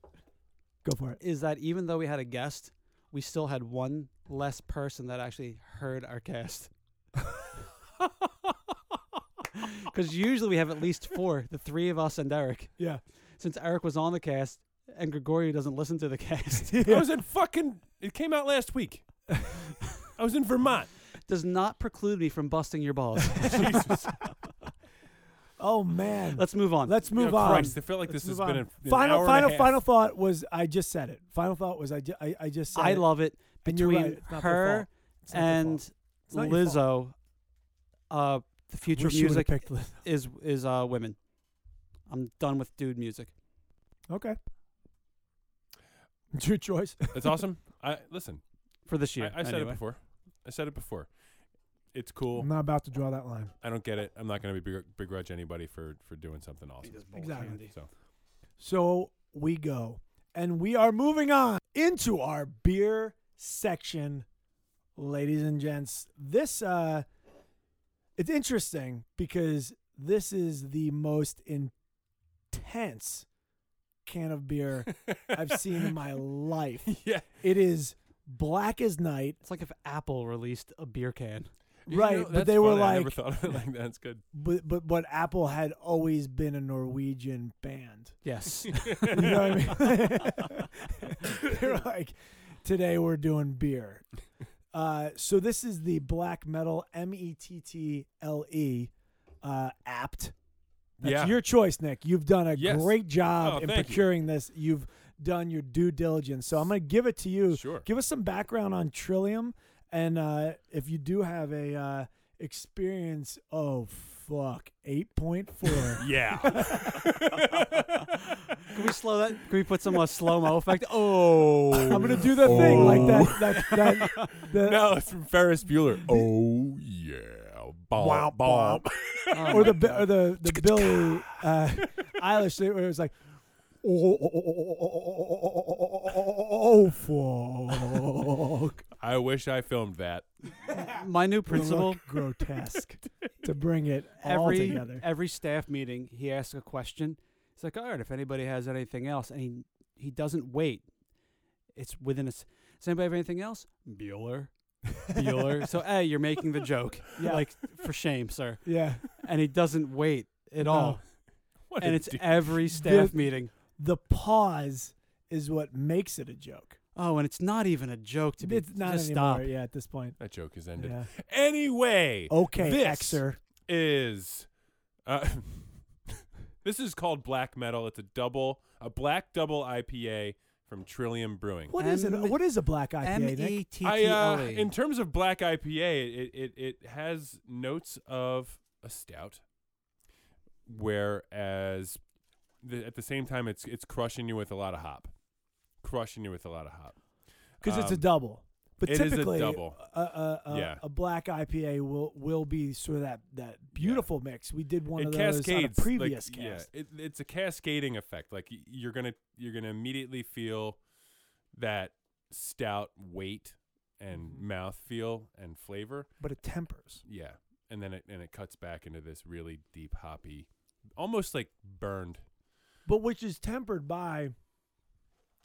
Go for it. is that even though we had a guest, we still had one less person that actually heard our cast. Because usually we have at least four, the three of us and Eric. Yeah. Since Eric was on the cast and Gregorio doesn't listen to the cast, I was in fucking. It came out last week. I was in Vermont. does not preclude me from busting your balls. Jesus. Oh man. Let's move on. Let's move Oh, on. Christ, I feel like Let's this has move been on. an, an final, hour and a final, half. final thought was I just said it. Final thought was I, ju- I, I just said I it. love it And you're between right, it's not their her fault. It's not their fault. and It's not your fault. Lizzo. Uh, the future of Wish you would've music picked Liz- is is uh women. I'm done with dude music. Okay. It's your choice. That's awesome. I listen. for this year. I, I said anyway. it before. I said it before. It's cool. I'm not about to draw that line. I don't get it. I'm not going to be begr- begrudge anybody for for doing something awesome. Exactly. candy. So So we go. And we are moving on into our beer section, ladies and gents. This uh it's interesting because this is the most intense can of beer I've seen in my life. yeah, It is black as night, It's like if Apple released a beer can. You Right, know, but that's they were funny. I never like- thought of it like that. It's good. but but but Apple had always been a Norwegian band. Yes. You know what I mean? They're like, today we're doing beer. Uh, so this is the black metal M E T T L E uh, apt. That's yeah, your choice, Nick. You've done a Yes. great job Oh, in thank you. procuring this. You've done your due diligence. So I'm going to give it to you. sure. Give us some background on Trillium, and uh, if you do have a uh, experience, oh fuck, eight point four. Yeah. Can we slow that? Can we put some uh, slow mo effect? Oh. I'm gonna do the thing like that. That that. the- no, it's from Ferris Bueller. Oh yeah, bomb, Womp, bomb. Oh or my the Bi- or the the Billy uh, Eilish thing where it was like. Oh fuck! I wish I filmed that. God. My new principal. Look grotesque to bring it all Every together. every staff meeting, he asks a question. He's like, "All right, if anybody has anything else," and he he doesn't wait. It's within a. s- Does anybody have anything else? Bueller. Bueller. so, hey, you're making the joke. Yeah. Like, for shame, sir. Yeah, And he doesn't wait at No. all. What And a it's dick. every staff The- meeting. the pause is what makes it a joke. Oh, and it's not even a joke to be. it's not just anymore. stop. Yeah, at this point. that joke is ended. Yeah. Oh. Anyway, Okay, This- Xer. is uh, This is called black metal. It's a double, a black double IPA from Trillium Brewing. What is M- it? What is a black M IPA? Nick? E T T I, O uh, A. in terms of black IPA, it, it it has notes of a stout, whereas the, at the same time it's it's crushing you with a lot of hop, crushing you with a lot of hop. Because it's a um, double. But it is a typically, double. A, a, a, Yeah. a black IPA will will be sort of that that beautiful mix. We did one it of those cascades on a like, previous yeah, cast. it, it's a cascading effect. Like y- you're gonna you're gonna immediately feel that stout weight and Mhm. mouth feel and flavor. But it tempers. Yeah, and then it and it cuts back into this really deep hoppy, almost like burned. But which is tempered by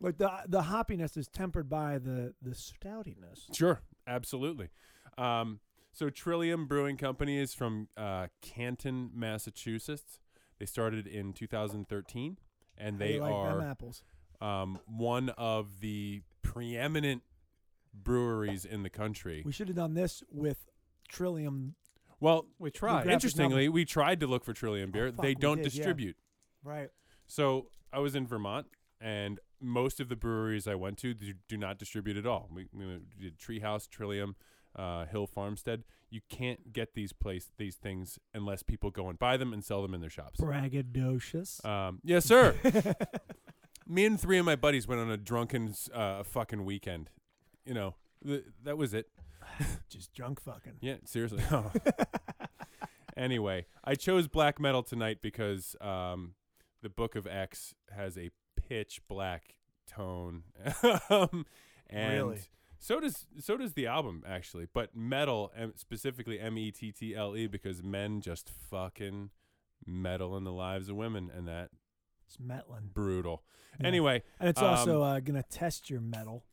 like the the hoppiness is tempered by the the stoutiness. Sure, absolutely. Um, so Trillium Brewing Company is from uh, Canton, Massachusetts. They started in 2013, and How they you like are. them apples. um, one of the preeminent breweries in the country. We should have done this with Trillium. Well, We tried. grab- interestingly, we tried to look for Trillium beer. Oh, fuck, they we don't did, yeah. distribute. Right. So I was in Vermont, and most of the breweries I went to do, do not distribute at all. We, we did Treehouse, Trillium, uh, Hill Farmstead. You can't get these place these things unless people go and buy them and sell them in their shops. Braggadocious. Um, yes, sir. Me and three of my buddies went on a drunken uh, fucking weekend. You know, th- that was it. Just drunk fucking. Yeah, seriously. anyway, I chose black metal tonight because um, the Book of X has a pitch black tone, um, and Really? so does so does the album actually. But metal, um, specifically M E T T L E, because men just fucking metal in the lives of women, and that It's Metlin. brutal. Yeah. Anyway, And it's um, also uh, gonna test your metal.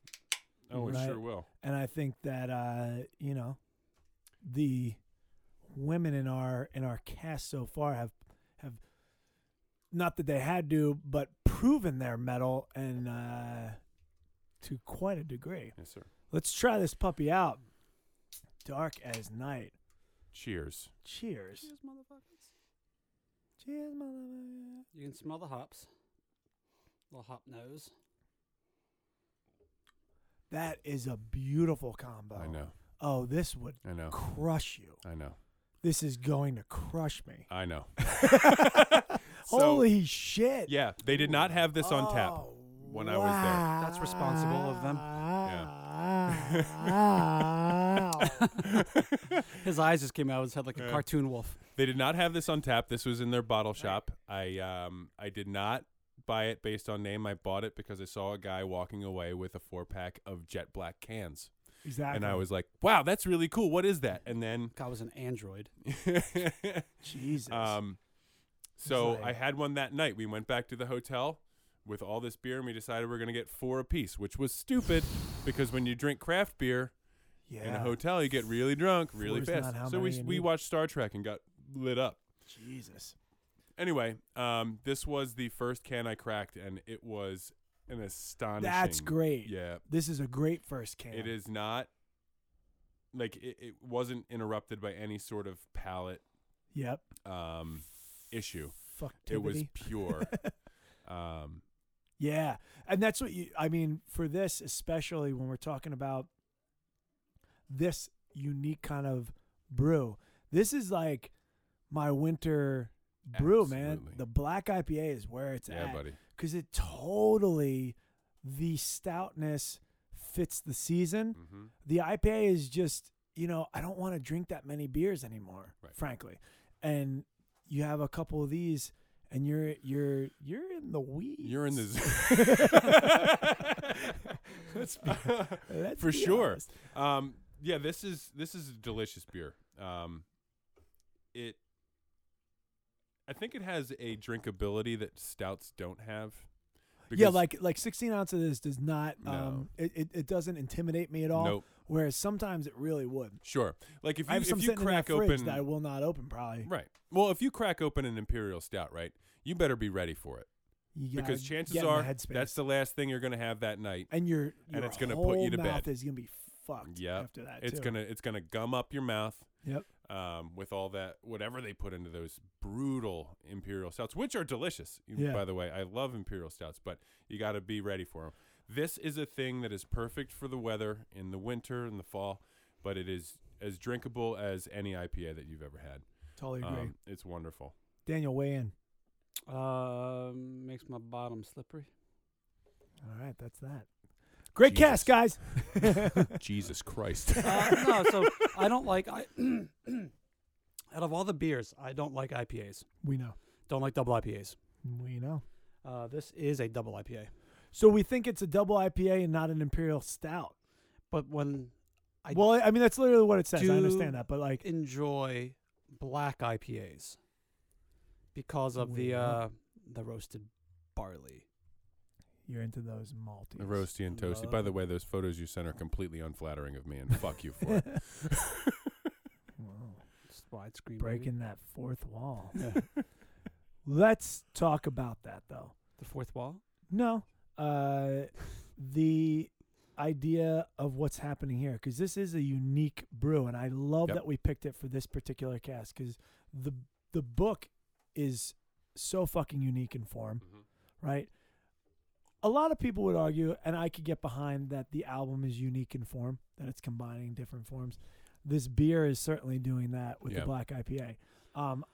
oh, it Right. sure will. and I think that uh, you know the women in our in our cast so far have have not that they had to, but proven their metal and uh, to quite a degree. Yes, sir. Let's try this puppy out. Dark as night. Cheers. Cheers. Cheers, motherfucker. You can smell the hops. Little hop nose. That is a beautiful combo. I know. Oh, this would I know. crush you. I know. This is going to crush me. I know. So- Holy shit. Yeah, they did not have this on tap. Oh, when I was there. That's responsible of them. Oh. Yeah. His eyes just came out of his head like a Yeah. cartoon wolf. They did not have this on tap. This was in their bottle shop. I um I did not buy it based on name. I bought it because I saw a guy walking away with a four pack of jet black cans, exactly. and I was like, "Wow, that's really cool. What is that?" And then, God was an android. Jesus. um, so like- I had one that night. We went back to the hotel with all this beer, and we decided we are gonna get four apiece, which was stupid because when you drink craft beer yeah. in a hotel, you get really drunk really Four's not how fast. So we many you we need. watched Star Trek and got lit up. Jesus. Anyway, um, this was the first can I cracked, and it was an astonishing. That's great. Yeah, This is a great first can. it is not like it, it wasn't interrupted by any sort of palate Yep. um, issue. Fuck. It was pure. um, Yeah. And that's what you, I mean, for this, especially when we're talking about this unique kind of brew, this is like my winter brew, man. Absolutely. The black IPA is where it's yeah, at. buddy. Because it totally, the stoutness fits the season. hmm The IPA is just, you know, I don't want to drink that many beers anymore, Right. frankly. And you have a couple of these. And you're you're you're in the weeds. You're in the. Let's be- Let's For be sure. honest. Um, yeah, this is this is a delicious beer. Um, it, I think it has a drinkability that stouts don't have. yeah, because- like like 16 ounce of this does not um it, it, it doesn't intimidate me at all. nope, Whereas sometimes it really would. sure. Like if I you have some if you sitting in that crack fridge open that I will not open probably. right, well, if you crack open an imperial stout, right, you better be ready for it You gotta because chances get in the are headspace. that's the last thing you're going to have that night. and your, and your it's gonna whole put you to mouth bed. is gonna be fucked Yep. after that. It's too. gonna it's gonna gum up your mouth. Yep. Um, with all that whatever they put into those brutal imperial stouts, which are delicious. you- Yeah. By the way, I love imperial stouts, but you got to be ready for them. This is a thing that is perfect for the weather in the winter and the fall, but it is as drinkable as any IPA that you've ever had. totally agree. Um, it's wonderful. Daniel, weigh in. Um, makes my bottom slippery. All right, that's that. Great cast, guys. Jesus Christ. Uh, no, so I don't like. I out of all the beers, I don't like IPAs. we know. Don't like double IPAs. We know. Uh, this is a double IPA, So we think it's a double IPA and not an imperial stout. but when I well, I mean that's literally what it says. I do- understand that, but like, enjoy black IPAs because of the Weird. uh, the roasted barley. you're into those malty. The roasty and toasty. By Love the way, those photos you sent are completely unflattering of me, and fuck you for it. Wow. It's widescreen. baby. Breaking that fourth wall. Yeah. Let's talk about that though. the fourth wall. No, uh, the idea of what's happening here because this is a unique brew, and I love Yep. that we picked it for this particular cast because the the book is so fucking unique in form. right? A lot of people would argue, and I could get behind that the album is unique in form, that it's combining different forms. This beer is certainly doing that with Yeah. the black IPA. Um,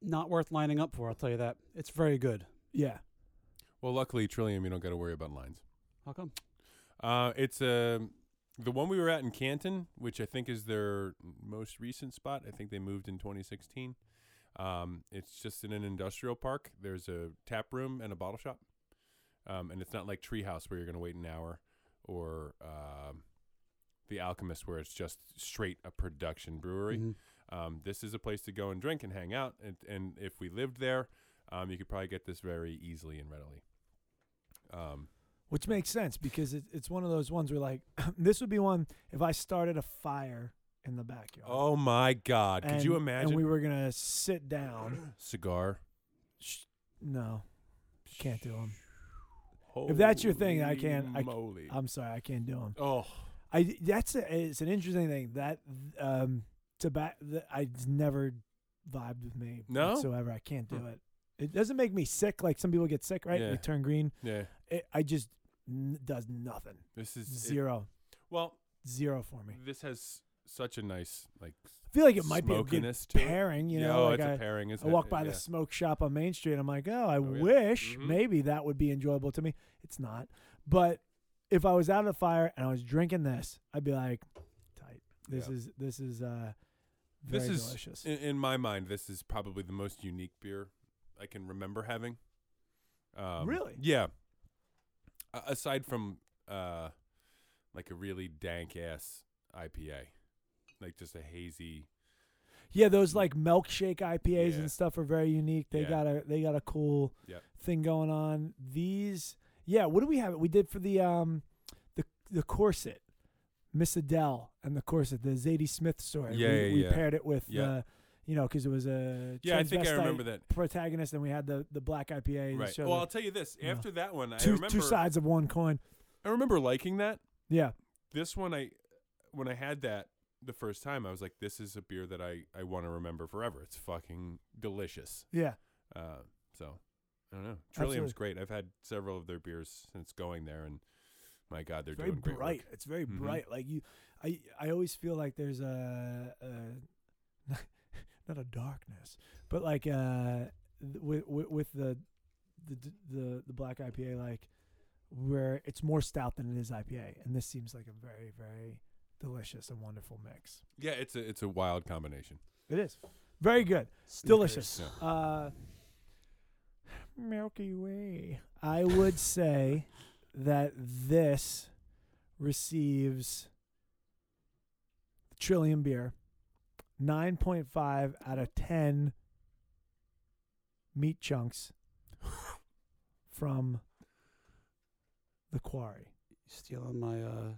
Not worth lining up for. I'll tell you that. It's very good. yeah, Well, luckily, Trillium, you don't got to worry about lines. How come? Uh, it's uh, the one we were at in Canton, which I think is their most recent spot. I think they moved in 2016. Um, it's just in an industrial park. There's a tap room and a bottle shop, um, and it's not like Treehouse where you're going to wait an hour, or um, The Alchemist where it's just straight a production brewery. Mhm. Mm-hmm. Um, this is a place to go and drink and hang out. And, and if we lived there, um, you could probably get this very easily and readily. Um, which makes sense because it, it's one of those ones where, like, this would be one if I started a fire in the backyard. oh my God! Could you and- imagine? And we were going to sit down. Cigar. Sh- no, can't do them. If that's your thing, I can't- I Holy c- moly. I'm sorry, I can't do them. oh, I that's a, it's an interesting thing that um tobacco I never vibed with me No? whatsoever. I can't do Hmm. it. It doesn't make me sick like some people get sick, right? Yeah. They turn green. yeah. It, I just n- does nothing. This is it- Zero, well, zero for me. this has such a nice like I feel like it might be a good smokiness to it. pairing. You yeah, know, oh, like it's a I, pairing. Isn't I walk it? by yeah. the smoke shop on Main Street. I'm like, oh, I Oh, yeah. wish Mhm. maybe that would be enjoyable to me. It's not, but if I was out of the fire and I was drinking this, I'd be like, tight. This Yeah. is this is uh, very This is- delicious. In, in my mind, this is probably the most unique beer I can remember having. Um, Really? Yeah. A- aside from uh, like a really dank ass IPA, like just a hazy. yeah, those like milkshake IPAs Yeah. and stuff are very unique. They Yeah. got a they got a cool Yep. thing going on. These, yeah. What do we have? We did for the um, the the corset. Miss Adele and the corset, the Zadie Smith story. Yeah, we, yeah, we yeah. paired it with, Yeah. uh, you know, because it was a Yeah, I think I transvestite- remember that. protagonist, and we had the the black IPA. and Right. showed Well, the I'll tell you this. Yeah. After that one, I two, remember two sides of one coin. I remember liking that. Yeah, This one, I when I had that the first time, I was like, "This is a beer that I I want to remember forever. It's fucking delicious." yeah. Uh, so I don't know. Trillium's Absolutely. great. I've had several of their beers since going there, and my God, they're It's very doing great. bright. Work. It's very Mhm. bright. Like you, I I always feel like there's a, a not a darkness, but like uh with with, with the, the d- the the black IPA like where it's more stout than it is IPA, and this seems like a very very delicious and wonderful mix. Yeah, it's a it's a wild combination. It is very good. Delicious. Snickers. Uh, Milky Way. I would say that this receives Trillium Beer 9.5 out of 10 meat chunks from the quarry. Stealing my uh,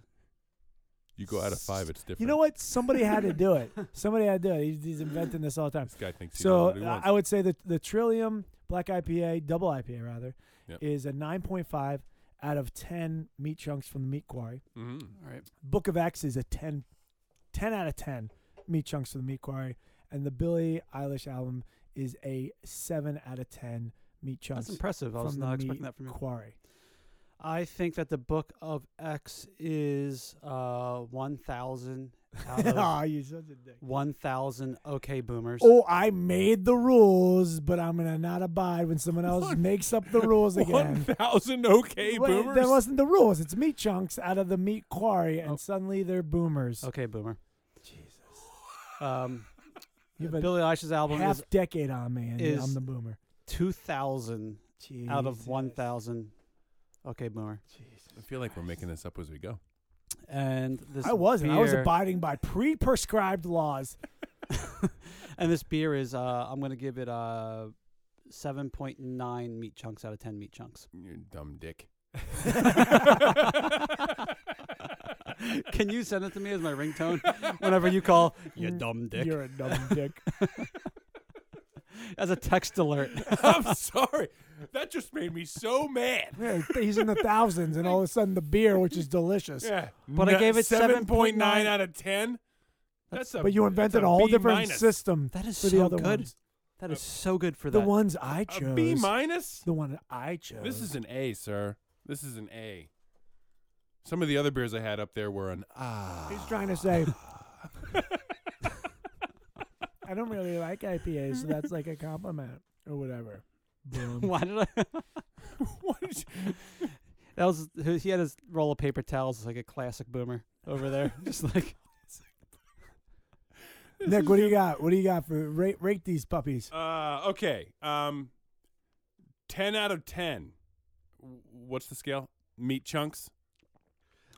You go out of five, it's different. You know what? Somebody had to do it. Somebody had to do it. He's, he's inventing this all the time. This guy thinks he So uh, knows what he I wants. I would say that the Trillium Black IPA, double IPA rather, Yep. is a 9.5 out of 10 meat chunks from the meat quarry. Mm-hmm. All right. Book of X is a 10, 10 out of 10 meat chunks from the meat quarry. And the Billie Eilish album is a 7 out of 10 meat chunks That's impressive. I from was the not meat expecting that from you. quarry. I think that the Book of X is uh, 1,000 out of Aw, you're such a dick. 1,000 OK Boomers. Oh, I made the rules, but I'm gonna not abide when someone else One- makes up the rules One again. thousand okay Wait, boomers. That wasn't the rules. It's meat chunks out of the meat quarry, and Oh. suddenly they're boomers. OK Boomer. Jesus, Um, you've been Billie Eilish's album half is decade on me, and is- I'm the boomer. 2,000 Jesus. out of 1,000 OK Boomer. Jesus. I feel like we're making this up as we go. And this I wasn't. I was beer- abiding by pre-prescribed laws. and this beer is uh, I'm gonna give it uh, seven point nine meat chunks out of ten meat chunks. You dumb dick. Can you send it to me as my ringtone whenever you call? You Mm, dumb dick. You're a dumb dick. As a text alert. I'm sorry. That just made me so mad. Yeah, He's in the thousands, and all of a sudden, the beer, which is delicious. Yeah. But I gave it 7.9 7.9. out of 10. That's a But you invented a, a whole B different minus. system That is for so the other good. ones. That is so good for The that. ones I a chose. B minus. The one I chose. This is an A, sir. This is an A. Some of the other beers I had up there were an ah. He's trying to say. I don't really like IPAs, so that's like a compliment or whatever. Boom. Why did I? What did you- That was he had his roll of paper towels like a classic boomer over there, just like Nick, what do you got? What do you got for rate? Rate these puppies. Uh, okay. Um, ten out of ten. W- What's the scale? Meat chunks.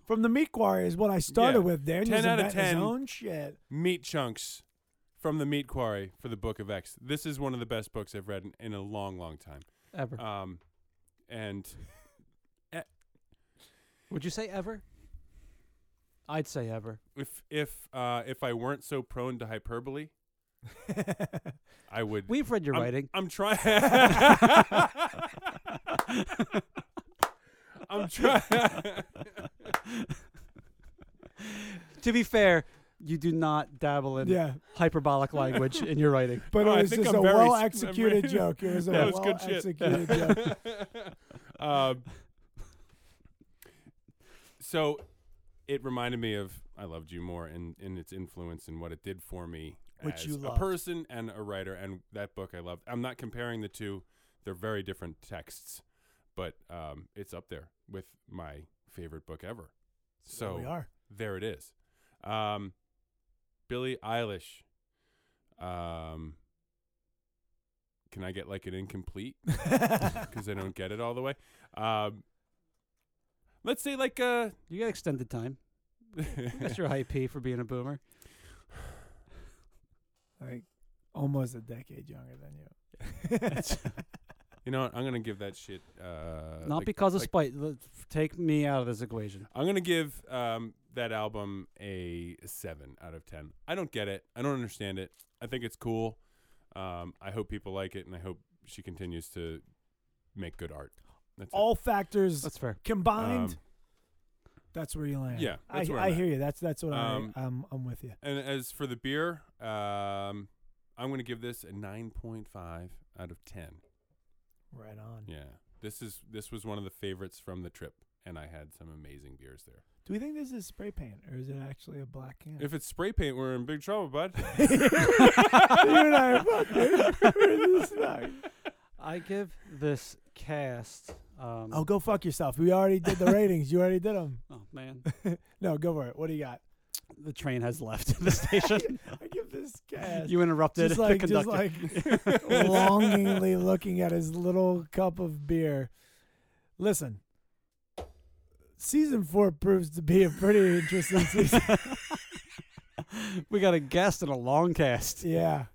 From the meat quarry is what I started Yeah. with. Daniel's 10 out of inventing his 10. own shit. Meat chunks from the Meat Quarry for the Book of X. This is one of the best books I've read in, in a long, long time. ever. Um, and Would you say ever? I'd say ever. if if uh, if I weren't so prone to hyperbole, I would. We've read your I'm, writing. I'm trying. I'm trying. To be fair, you do not dabble in yeah, hyperbolic language in your writing. but Oh, it I was think just I'm a very- well executed I'm very- joke. It was a That was well good shit. executed joke. Um, so it reminded me of I loved you more and in, its influence and what it did for me Which as you a loved. person and a writer and that book I loved. I'm not comparing the two; they're very different texts, but um, it's up there with my favorite book ever. There we So are. there it is. Um, Billie Eilish. Um, can I get like an incomplete? because I don't get it all the way. Um, let's say like uh, You got extended time. That's your high P for being a boomer. like almost a decade younger than you. you know what? I'm gonna give that shit. Uh, Not like- because of like- spite. L- f- Take me out of this equation. I'm gonna give um, that album a seven out of ten. I don't get it. I don't understand it. I think it's cool. Um, I hope people like it, and I hope she continues to make good art. That's it. All factors That's fair. combined. Um, That's where you land. yeah, that's I, where I I'm at. hear you. That's that's what Um, I, I'm I'm with you. And as for the beer, um, I'm gonna give this a nine point five out of ten. Right on. Yeah. This is this was one of the favorites from the trip and I had some amazing beers there. Do we think this is spray paint or is it actually a black can? If it's spray paint, we're in big trouble, bud. you and I are fucking. This is not- I give this cast. Um, oh, go fuck yourself. We already did the ratings. You already did them. oh, man. No, go for it. What do you got? The train has left the station. I give this cast. you interrupted just like the just conductor. like longingly looking at his little cup of beer. Listen, season four proves to be a pretty interesting season. we got a guest and a long cast. Yeah,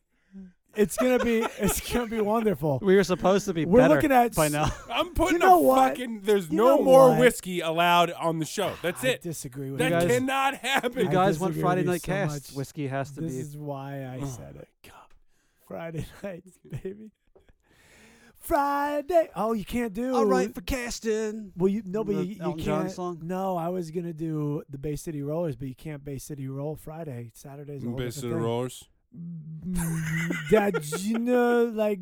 it's gonna be it's gonna be wonderful. We were supposed to be We're better looking at by s- now. I'm putting You know a what? fucking there's You no know more what? whiskey allowed on the show. That's I it. Disagree with That you guys- cannot happen. You I guys want disagree with Friday you night so casts. much. Whiskey has to This be. is why I Oh said it. Friday nights, baby. Friday. Oh, you can't do. All right for casting. Well, you no, but The you, you Elton can't. John song? No, I was gonna do the Bay City Rollers, but you can't Bay City Roll Friday. Saturday's a whole Based on different the thing. rollers. Mm, That you know, like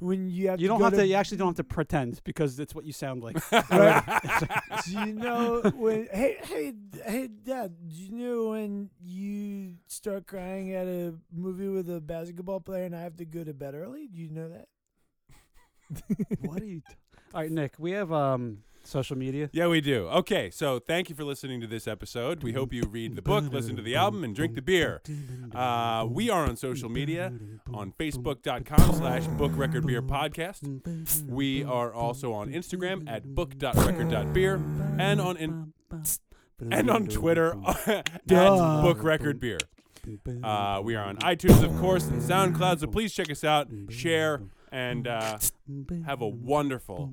when you have to You don't go have to to. You actually don't have to pretend because it's what you sound like. Right. do you know when? Hey, hey, hey, Dad. Do you know when you start crying at a movie with a basketball player, and I have to go to bed early? Do you know that? what are you? T- All right, Nick. We have um social media. Yeah, we do. Okay, so thank you for listening to this episode. We hope you read the book, listen to the album, and drink the beer. Uh, we are on social media on facebook.com slash book record beer podcast. We are also on Instagram at book.record.beer and on in- and on Twitter at Duh. book record beer. Uh, we are on iTunes, of course, and SoundCloud, so please check us out, share, and uh, have a wonderful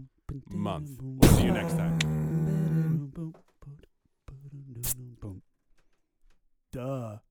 month. We'll see you next time. Duh.